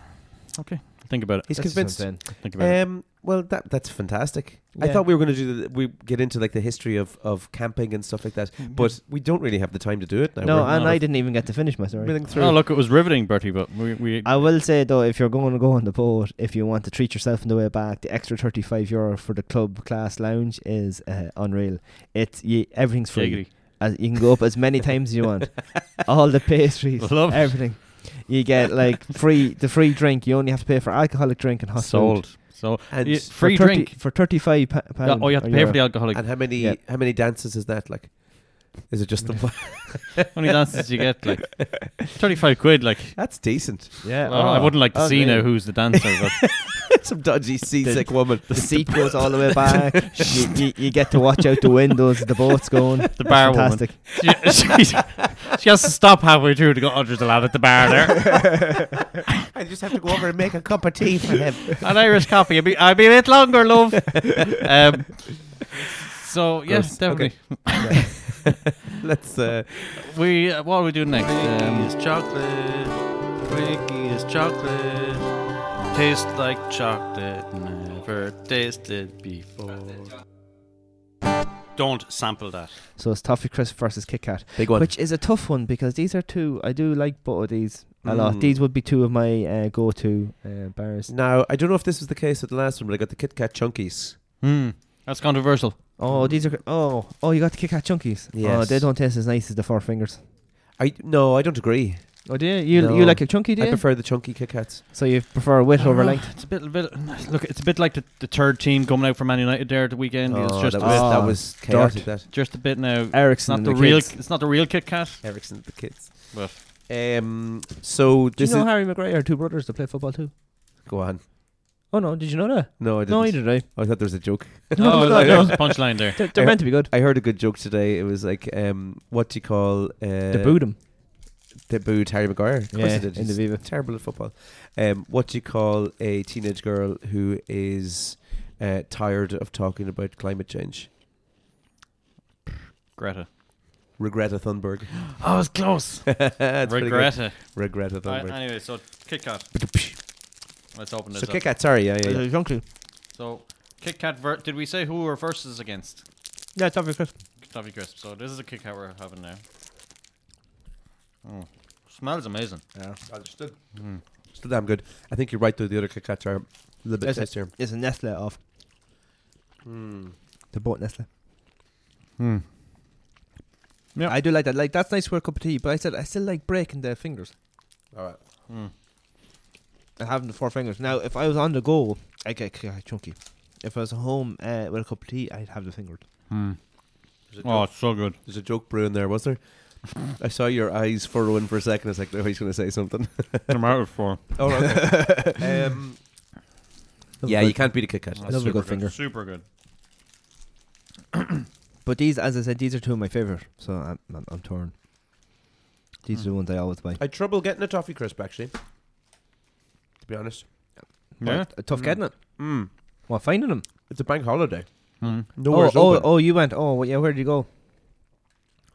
okay. Think about it.
He's
That's just what I'm
convinced.
saying.
Think about
uh,
it.
Um, well, that that's fantastic. I
Yeah.
thought we were going to do the, we get into like the history of, of camping and stuff like that, but we don't really have the time to do it now.
No,
We're
and
not
I
a-
didn't even get to finish my story.
milling through.
Oh look, it was riveting, Bertie. But we, we
I will say though, if you're going to go on the boat, if you want to treat yourself on the way back, the extra thirty-five euro for the club class lounge is uh, unreal. It's you, everything's free.
Giggity.
As, you can go up as many times as you
<laughs>
want. All the pastries,
Love.
everything. You get like free the free drink. You only have to pay for alcoholic drink and hot food.
sold. So
And
you-
s-
For
free
30
drink.
for thirty-five pa-
Yeah,
pound.
oh, you have to
or
pay for the
euro.
alcoholic.
and how many
Yeah.
how many dances is that like? Is it just the <laughs> black?
Only dances you get
<laughs>
like thirty-five quid. Like
That's decent.
Yeah,
well, I wouldn't like to
oh,
see
yeah.
now who's the dancer,
<laughs>
but
<laughs> Some dodgy seasick woman.
The
<laughs>
seat goes all
<laughs>
the way back. you, you, you get to watch out the windows. The boat's going.
<laughs> the bar woman.
Fantastic.
She, <laughs> she, she has to stop halfway through to go. Oh, there's a lad at the bar there.
I just have to go over and make a cup of tea for him.
An Irish coffee. I'll be, I'll be a bit longer, love. Um, so
Gross.
yes, definitely.
<laughs> Let's. Uh,
We uh, what are we doing next? Um,
chocolate. Twinkie is chocolate. Tastes like chocolate, never tasted before. Don't sample that.
So it's Toffee Crisp versus Kit Kat,
big one.
which is a tough one because these are two. I do like both of these a
Mm.
lot. These would be two of my uh, go-to uh, bars.
now I don't know if this was the case with the last one, but I got the Kit Kat chunkies.
hmm, that's controversial.
Oh, these are. gr- Oh, oh, you got the Kit Kat chunkies. Oh, they
Yes.
don't taste as nice as the Four Fingers.
I no, I don't agree.
Oh, do you? You,
No.
you like a chunky, do
I
you?
prefer the chunky Kit Kats.
so you prefer width over length?
Ah, It's a bit, a bit. Look, it's a bit like the, the third team coming out for Man United there at the weekend. it's
Oh,
just
that
a
was,
bit,
Ah,
that was chaotic. That
just a bit now. It's
Ericsson
not
and
the,
the
real.
kids.
It's not the real Kit Kat.
Ericsson, the kids. <laughs>
Well.
Um. So
Do you
this
know
is
Harry Maguire had two brothers that play football too?
go on.
Oh no, did you know that?
No, I didn't.
No, I <laughs> didn't. I.
I thought there was a joke.
Oh,
<laughs> no,
there's
no.
a punchline there.
They're, they're
I-
meant to be good.
I heard a good joke today. It was like, um, what do you call uh,
They booed him.
They booed Harry Maguire. Of course
Yeah,
they did.
in the
He's
Viva.
terrible at football. Um, what do you call a teenage girl who is uh, tired of talking about climate change?
Greta.
Regretta Thunberg.
Oh, it was
<laughs>
close.
That's pretty good.
Regretta.
Regretta
I-
Thunberg.
anyway, so Kit Kat. Let's open this
so
up.
Kit Kat, sorry, yeah, yeah. yeah.
They're chunky.
So Kit Kat. Ver- did we say who we're versus against?
Yeah, Toffee Crisp.
Toffee crisp. So this is a Kit Kat we're having now. Oh, smells amazing. Mm.
Still damn good. I think you're right though. The other Kit Kats are a little bit
Yes, it-
tastier.
It's a Nestle off. They bought Nestle.
Hmm. Yep.
I do like that. Like that's nice for a cup of tea. But I said I still like breaking the fingers
All right.
and having the four fingers. Now, if I was on the go, I get Kit Kat chunky. If I was home uh, with a cup of tea, I'd have the fingered.
There's a,
Oh,
joke,
it's so good.
there's a joke brewing there, was there? <laughs> I saw your eyes furrowing for a second. I was like, oh, he's going to say something.
I'm out of <laughs> four.
oh, <laughs> okay. um, yeah, you can't beat a Kit Kat.
Love a good finger.
Super good.
But these, as I said, these are two of my favorite. So I'm I'm, I'm torn. These are the ones I always buy.
I had trouble getting a toffee crisp actually. To be honest,
Yeah.
Uh,
But tough getting it.
mm.
Well, finding them.
it's a bank holiday.
Mm.
Nowhere's
oh, oh,
open.
oh, you went. Oh, well, yeah. Where did you go?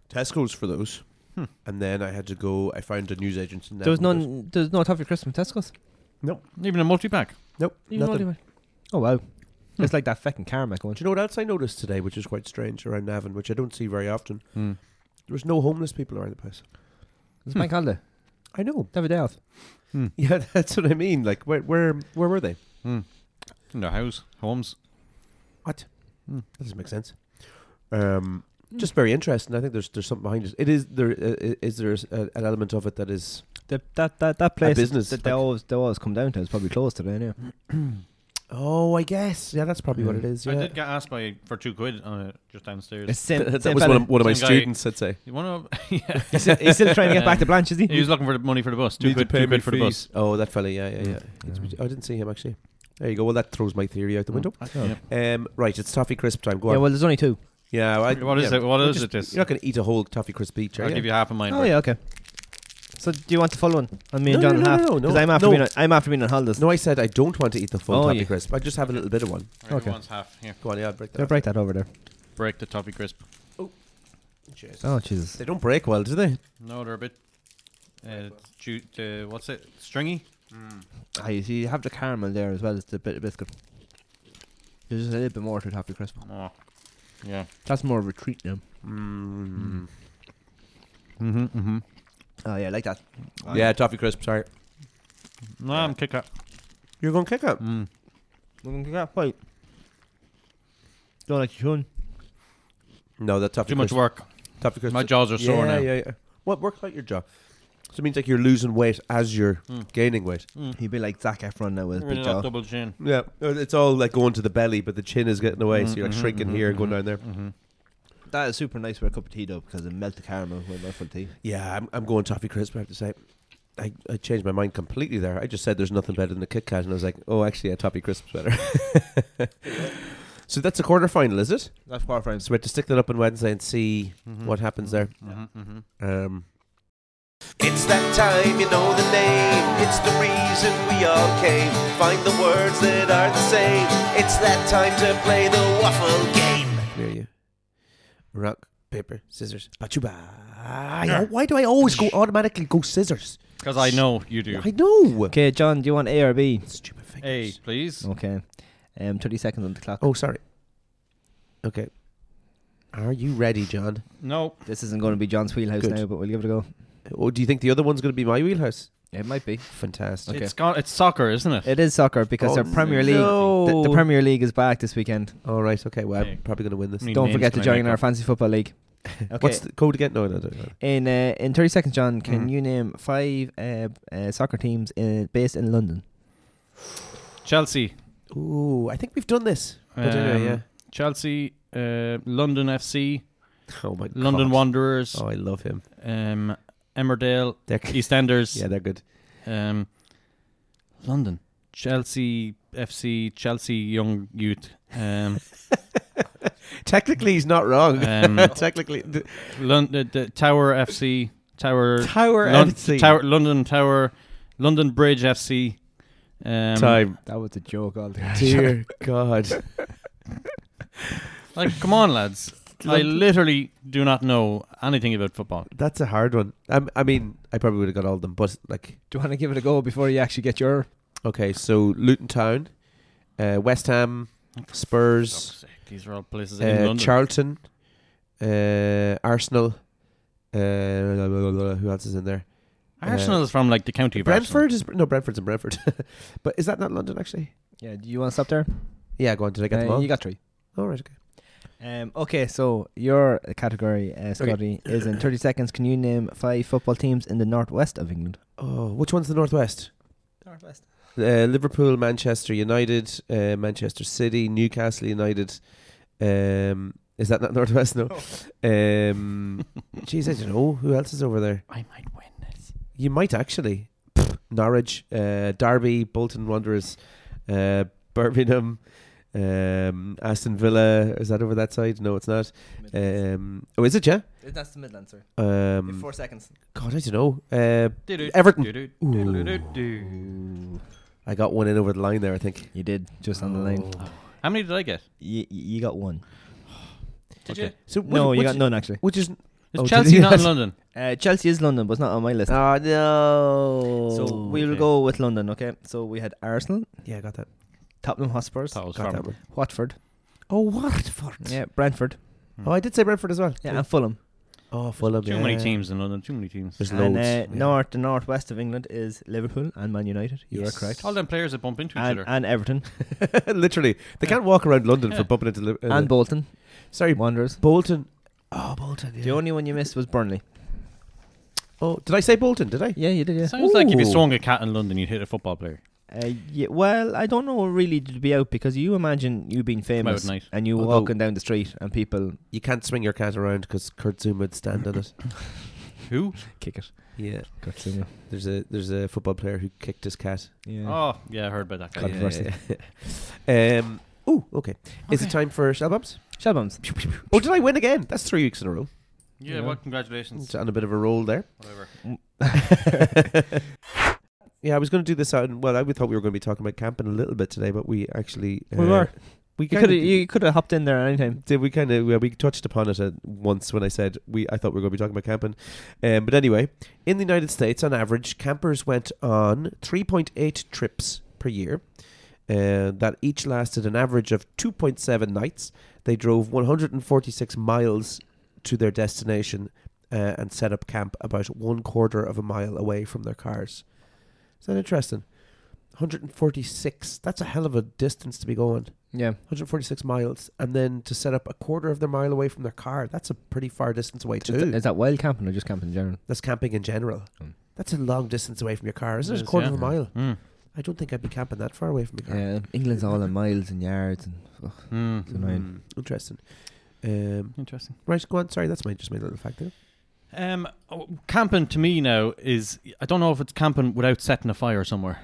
Tesco's for those, and then I had to go. I found a newsagent. in
There was
Edinburgh.
none. There was no toffee crisp from Tesco's.
Even a multi pack.
Nope,
Even
nothing.
Aldi. Oh wow. It's like that fucking Carmack one.
Do you know what else I noticed today, which is quite strange around Navan, which I don't see very often? There was no homeless people around the place.
It's bank holiday.
I know. Hmm.
Never day off.
Yeah, <laughs> that's what I mean. Like, where, where, where were they?
In their house, homes.
What? That doesn't make sense. Um,
Hmm.
just very interesting. I think there's there's something behind it. It is there uh, is there a, an element of it that is
The, that that that place
business,
that they
like-
always they always come down to is probably closed today. Yeah.
Oh, I guess. Yeah, that's probably what it is.
I
Yeah.
did get asked by for two quid on it just
<laughs>
<laughs>
downstairs.
same,
my Same guy. students,
I'd say.
you want to? <laughs> yeah.
he's, still, he's still trying to get <laughs> back to Blanche, is he?
He was looking for the money for the bus. Two quid, two quid for the bus.
Oh, that fella, yeah, yeah, yeah. It's- I didn't see him, actually. There you go. Well, that throws my theory out the window.
Oh,
Yeah.
Um, right, it's Toffee Crisp time. Go on.
yeah. Well, there's only two.
yeah, I,
What is
yeah.
it? What
We're
is
just-
it, this?
You're not going to eat a whole Toffee Crisp each, are
I'll
you?
give you half of mine.
Oh
Bert.
yeah. Okay. So do you want the full one? I mean,
No,
John
no,
and
no,
half.
no, no,
Because I'm after
no.
being on, I'm after being on holidays.
No, I said I don't want to eat the full
Oh,
Toffee
yeah.
Crisp. I just have a little bit of one.
Right,
Okay.
Everyone's half. Here,
Go on, yeah, I'll break
Don't
that.
break that over there.
break the toffee crisp.
Cheers.
Oh Jesus.
They don't break well, do they?
No, they're a bit. Uh, ju- uh, what's it? Stringy.
Ah, you see, you have the caramel there as well as the bit of biscuit. There's just a little bit more to the Happy Crisp.
Oh. Yeah.
That's more of a treat now.
Mm.
Mm-hmm. Mm-hmm.
Oh yeah, I like that.
Yeah, Toffee Crisp, sorry.
No, I'm kick out.
You're going to kick up.
Wait. Don't like your tune.
No, that Toffee
Too
Crisp.
much work.
Toffee Crisp.
My jaws are
yeah,
sore now.
Yeah, yeah. What works out your jaw? So it means like you're losing weight as you're
Mm.
gaining weight.
He'd be like Zac Efron now with his
Really
big
not
jaw.
double chin. Mm-hmm,
Yeah, it's all like going to the belly, but the chin is getting away, so you're like shrinking here and going down there.
That is super nice with a cup of tea though, because it melts the caramel with my full tea.
Yeah, I'm, I'm going toffee crisp. I have to say, I, I changed my mind completely there. I just said there's nothing better than a Kit Kat, and I was like, oh, actually, a toffee crisp's better. <laughs> so that's a quarter final, is it?
That's far from
So we have to stick that up on Wednesday and see what happens there. Um,
It's that time, you know the name. It's the reason we all came. Find the words that are the same. It's that time to play the waffle game.
near you. Rock, paper, scissors. Bachuba. I- Why do I always go automatically go scissors?
Because I know you do.
I know.
Okay, John, do you want A or B?
Stupid
A,
fingers.
please.
Okay. Um, 30 seconds on the clock.
Oh, sorry. Okay. Are you ready, John?
No.
This isn't going to be John's wheelhouse
Good.
now, but we'll give it a go.
Oh, do you think the other one's going to be my wheelhouse?
It might be.
Fantastic.
Okay.
It's gone. It's soccer, isn't it?
It is soccer because
Oh,
the Premier League,
no.
the, the Premier League is back this weekend.
All right. Okay. Well,
Hey.
I'm probably going to win this.
Me- Any
Don't
names
forget to
can I
join
make
our
up?
fancy football <laughs> league. Okay.
What's the code again? No, no, no. no.
in uh, in 30 seconds, John, can
Mhm.
you name five uh, uh, soccer teams in, based in London?
Chelsea.
Ooh, I think we've done this. But
Um,
anyway, yeah.
Chelsea, uh, London FC,
Oh my
London
God.
Wanderers,
Oh, I love him.
um, Emmerdale,
They're
EastEnders,
<laughs> yeah, they're good.
um, London, Chelsea FC, Chelsea Young Youth, <laughs> um,
Technically, he's not wrong.
um,
<laughs> Technically, the
London the Tower FC, Tower
Tower
Lon-
FC.
Tower London Tower, London Bridge FC. Um,
time.
That was a joke
<laughs>
altogether. <laughs>
Dear God.
Like, come on, lads. I
London-
literally do not know anything about football.
That's a hard one. Um, I mean, I probably would have got all of them, but like,
Do you want to give it a go before you actually get your?
okay, so Luton Town, uh, West Ham, Spurs,
Fuck's sake, These are all places in
uh,
London.
Charlton, uh, Arsenal. Uh, blah, blah, blah, blah, who else is in there?
Arsenal is from like the county of Arsenal.
uh, Brentford is no Brentford's in Brentford, <laughs> but is that not London actually?
Yeah, do you want to stop there?
Yeah, go on. Did I get them
Uh,
all?
you got three.
all right, okay.
Um, okay, so your category, uh, Scotty, is in 30 seconds. Can you name five football teams in the northwest of England?
Oh, which one's the northwest?
Northwest.
Uh, Liverpool, Manchester United, uh, Manchester City, Newcastle United. Um, is that not <laughs> northwest? No. Um, geez, I don't know who else is over there.
I might win this.
You might actually. Norwich, uh, Derby, Bolton Wanderers, uh, Birmingham, um, Aston Villa. Is that over that side? No, it's not. Um, oh, is it? Yeah.
That's the Midlands, sir.
Um,
seconds.
God, I don't know. Uh, Everton. I got one in over the line there. I think. Oh.
You did, just on the line.
How many did I get?
You, you got one.
Did you?
So
No,
which-
you
which-
got none, actually.
Which is
Is
Oh, did
Chelsea
you?
not
<laughs>
in London?
Uh, Chelsea is London, but it's not on my list.
Oh no!
so we'll
okay.
go with London, okay? So we had Arsenal,
yeah, I got that.
Tottenham Hotspurs,
That was
Got that
from.
one.
Watford,
Oh Watford!
yeah, Brentford,
Oh, I did say Brentford as well.
yeah, and Fulham.
Oh Fulham.
Too
yeah.
many teams in London. Too many teams.
There's
and
loads.
uh,
yeah.
north, the northwest of England is Liverpool and Man United. You
Yes.
are correct.
All them players that bump into each
And,
other.
and Everton
<laughs> Literally, they can't walk around London
Yeah.
for bumping into. Liv- Uh,
and Bolton,
sorry,
Wanderers.
Bolton. Oh Bolton.
The
Yeah.
only one you missed was Burnley.
Oh, did I say Bolton? Did I?
Yeah, you did. Yeah.
Sounds like if you
Ooh.
swung a cat in London, you'd hit a football player.
Uh, yeah. Well, I don't know really to be out because you imagine you being famous
at night.
and you
Although-
walking down the street and people
You can't swing your cat around because Kurt Zuma would stand on
<laughs>
it.
Who?
kick it.
Yeah.
Kurt Zuma.
There's a there's a football player who kicked his cat.
Yeah.
Oh, yeah, I heard about that guy.
Yeah, yeah,
Controversy.
yeah. <laughs> um. Ooh. Okay. Is it time for shell bumps?
Shell bombs.
Oh, did I win again? That's three weeks in a row.
Yeah,
Yeah.
well, congratulations.
On a bit of a roll there.
Whatever.
yeah, I was going to do this out. And, well, I thought we were going to be talking about camping a little bit today, but we actually uh,
We were.
We
You
kind
could
of
have you could have hopped in there at any time.
did. We kind of well, we touched upon it uh, once when I said we. I thought we were going to be talking about camping, um, but anyway, in the United States, on average, campers went on three point eight trips per year. Uh, that each lasted an average of 2.7 nights. They drove 146 miles to their destination uh, and set up camp about one quarter of a mile away from their cars. Is that interesting? 146. That's a hell of a distance to be going.
Yeah.
146 miles, and then to set up a quarter of their mile away from their car. That's a pretty far distance away
Is that-
too.
is that wild camping or just camping in general?
That's camping in general.
Mm.
That's a long distance away from your car, isn't
It
Hmm. it?
is,
a quarter
yeah.
of a mile.
Mm.
I don't think I'd be camping that far away from your car.
Yeah. England's all in miles and yards and
Hmm.
Mm.
it's annoying.
Mm, interesting. Um,
Interesting.
right, go on. Sorry, that's my just my little fact there.
Um, oh, camping to me now is I don't know if it's camping without setting a fire somewhere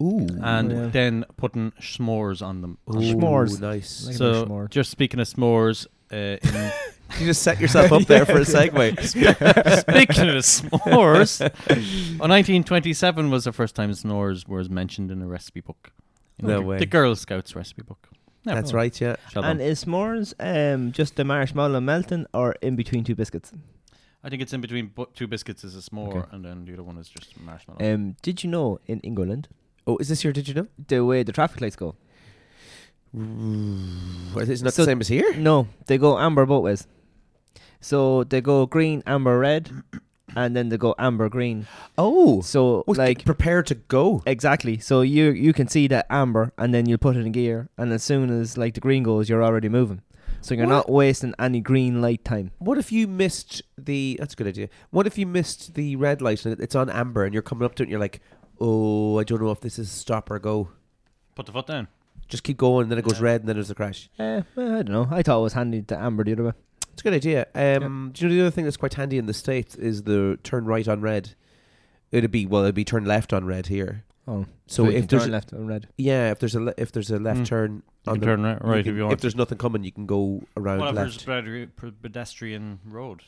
Mm.
Ooh,
and
yeah.
then putting s'mores on them.
Ooh,
S'mores.
Nice.
Like-
<laughs>
a
so
s'more.
just speaking of s'mores, uh, in
you just set <laughs> yourself up there
<laughs>
for a segue.
Speaking of s'mores, well, 1927 was the first time s'mores was mentioned in a recipe book. In
No
the,
way.
The Girl Scouts recipe book. No,
That's right. Yeah.
Shut
And
up.
is s'mores um, just the marshmallow melting or in between two biscuits?
I think it's in between bu- two biscuits is a s'more,
Okay.
and then the other one is just marshmallow.
Um, did you know in England
Oh, is this your? Did you know?
the way the traffic lights go?
Well, it's not
So-
the same as here.
No, they go amber both ways. So they go green, amber, <coughs> red, and then they go amber, green.
Oh,
So
well,
like
like prepare to go.
Exactly. So you you can see that amber, and then you put it in gear, and as soon as like the green goes, you're already moving. So you're
What?
not wasting any green light time.
What if you missed the? That's a good idea. What if you missed the red light and it's on amber and you're coming up to it and you're like, oh, I don't know if this is stop or go.
Put the foot down.
Just keep going, and then it goes red, and then there's a crash.
Eh, well, I don't know. I thought it was handy to amber the other way.
It's a good idea. Um, Do you know the other thing that's quite handy in the states is the turn right on red. It'd be well, it'd be turn left on red here.
Oh,
So,
you
if
can
there's
turn left and red.
yeah, if there's a le- if there's a left
Mm.
turn
You
on
can
the
turn right,
you
right
can-
if you want.
there's nothing coming, you can go around
Well, if there's
left.
pedri- pe- pedestrian road.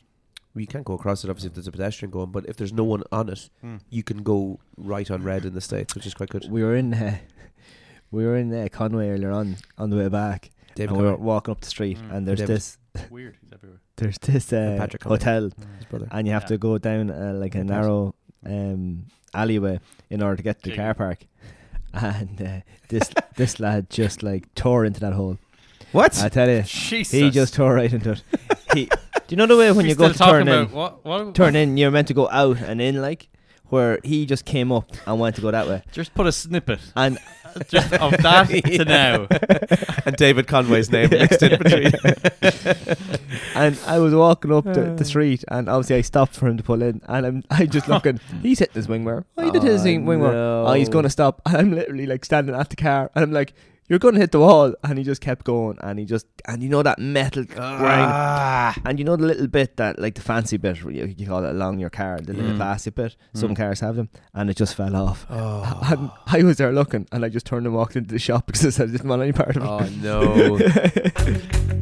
Well, you can't go across it obviously if there's a pedestrian going, but if there's no one on it,
Mm.
you can go right
<laughs>
on red in the states, which is quite good.
We were in uh, <laughs> we were in uh, Conway earlier on on the way back,
David
and we were walking up the street,
Mm.
and there's
David.
this
Weird. It's everywhere.
there's this uh,
Patrick Conway.
hotel,
Connor's brother.
and you have
Yeah.
to go down uh, like a
Patrick.
narrow um, alleyway in order to get to the
Jig.
car park. <laughs> And uh,
<laughs>
this this lad just like tore into that hole.
What?
I tell you,
<laughs> Jesus.
He just tore right into
<laughs>
it. He, do you know the way when
He's
you go
still
to
talking
turn in,
about What, what,
turn in, you're meant to go out and in, like where he just came up and went to go that way,
Just put
<laughs>
a snippet
and
just of that
<laughs>
to now.
and David Conway's name mixed <laughs> in between.
and I was walking up the, the street, and obviously I stopped for him to pull in, and I'm I just <laughs> looking. he's hitting his wing mirror. Oh, he did hit his
Oh,
wing mirror. Oh, he's
no.
going to stop, <laughs> and I'm literally like standing at the car, and I'm like. You're going to hit the wall, and he just kept going, and he just, and you know that metal
Ah.
grinding, And you know the little bit that, like the fancy bit, where you, you call it along your car, the little
Mm.
plastic bit. Some
Mm.
cars have them, and it just fell off.
Oh,
<laughs> And I was <laughs>
Oh,
there looking, and I just turned and walked into the shop because I said I didn't want any part of it.
no.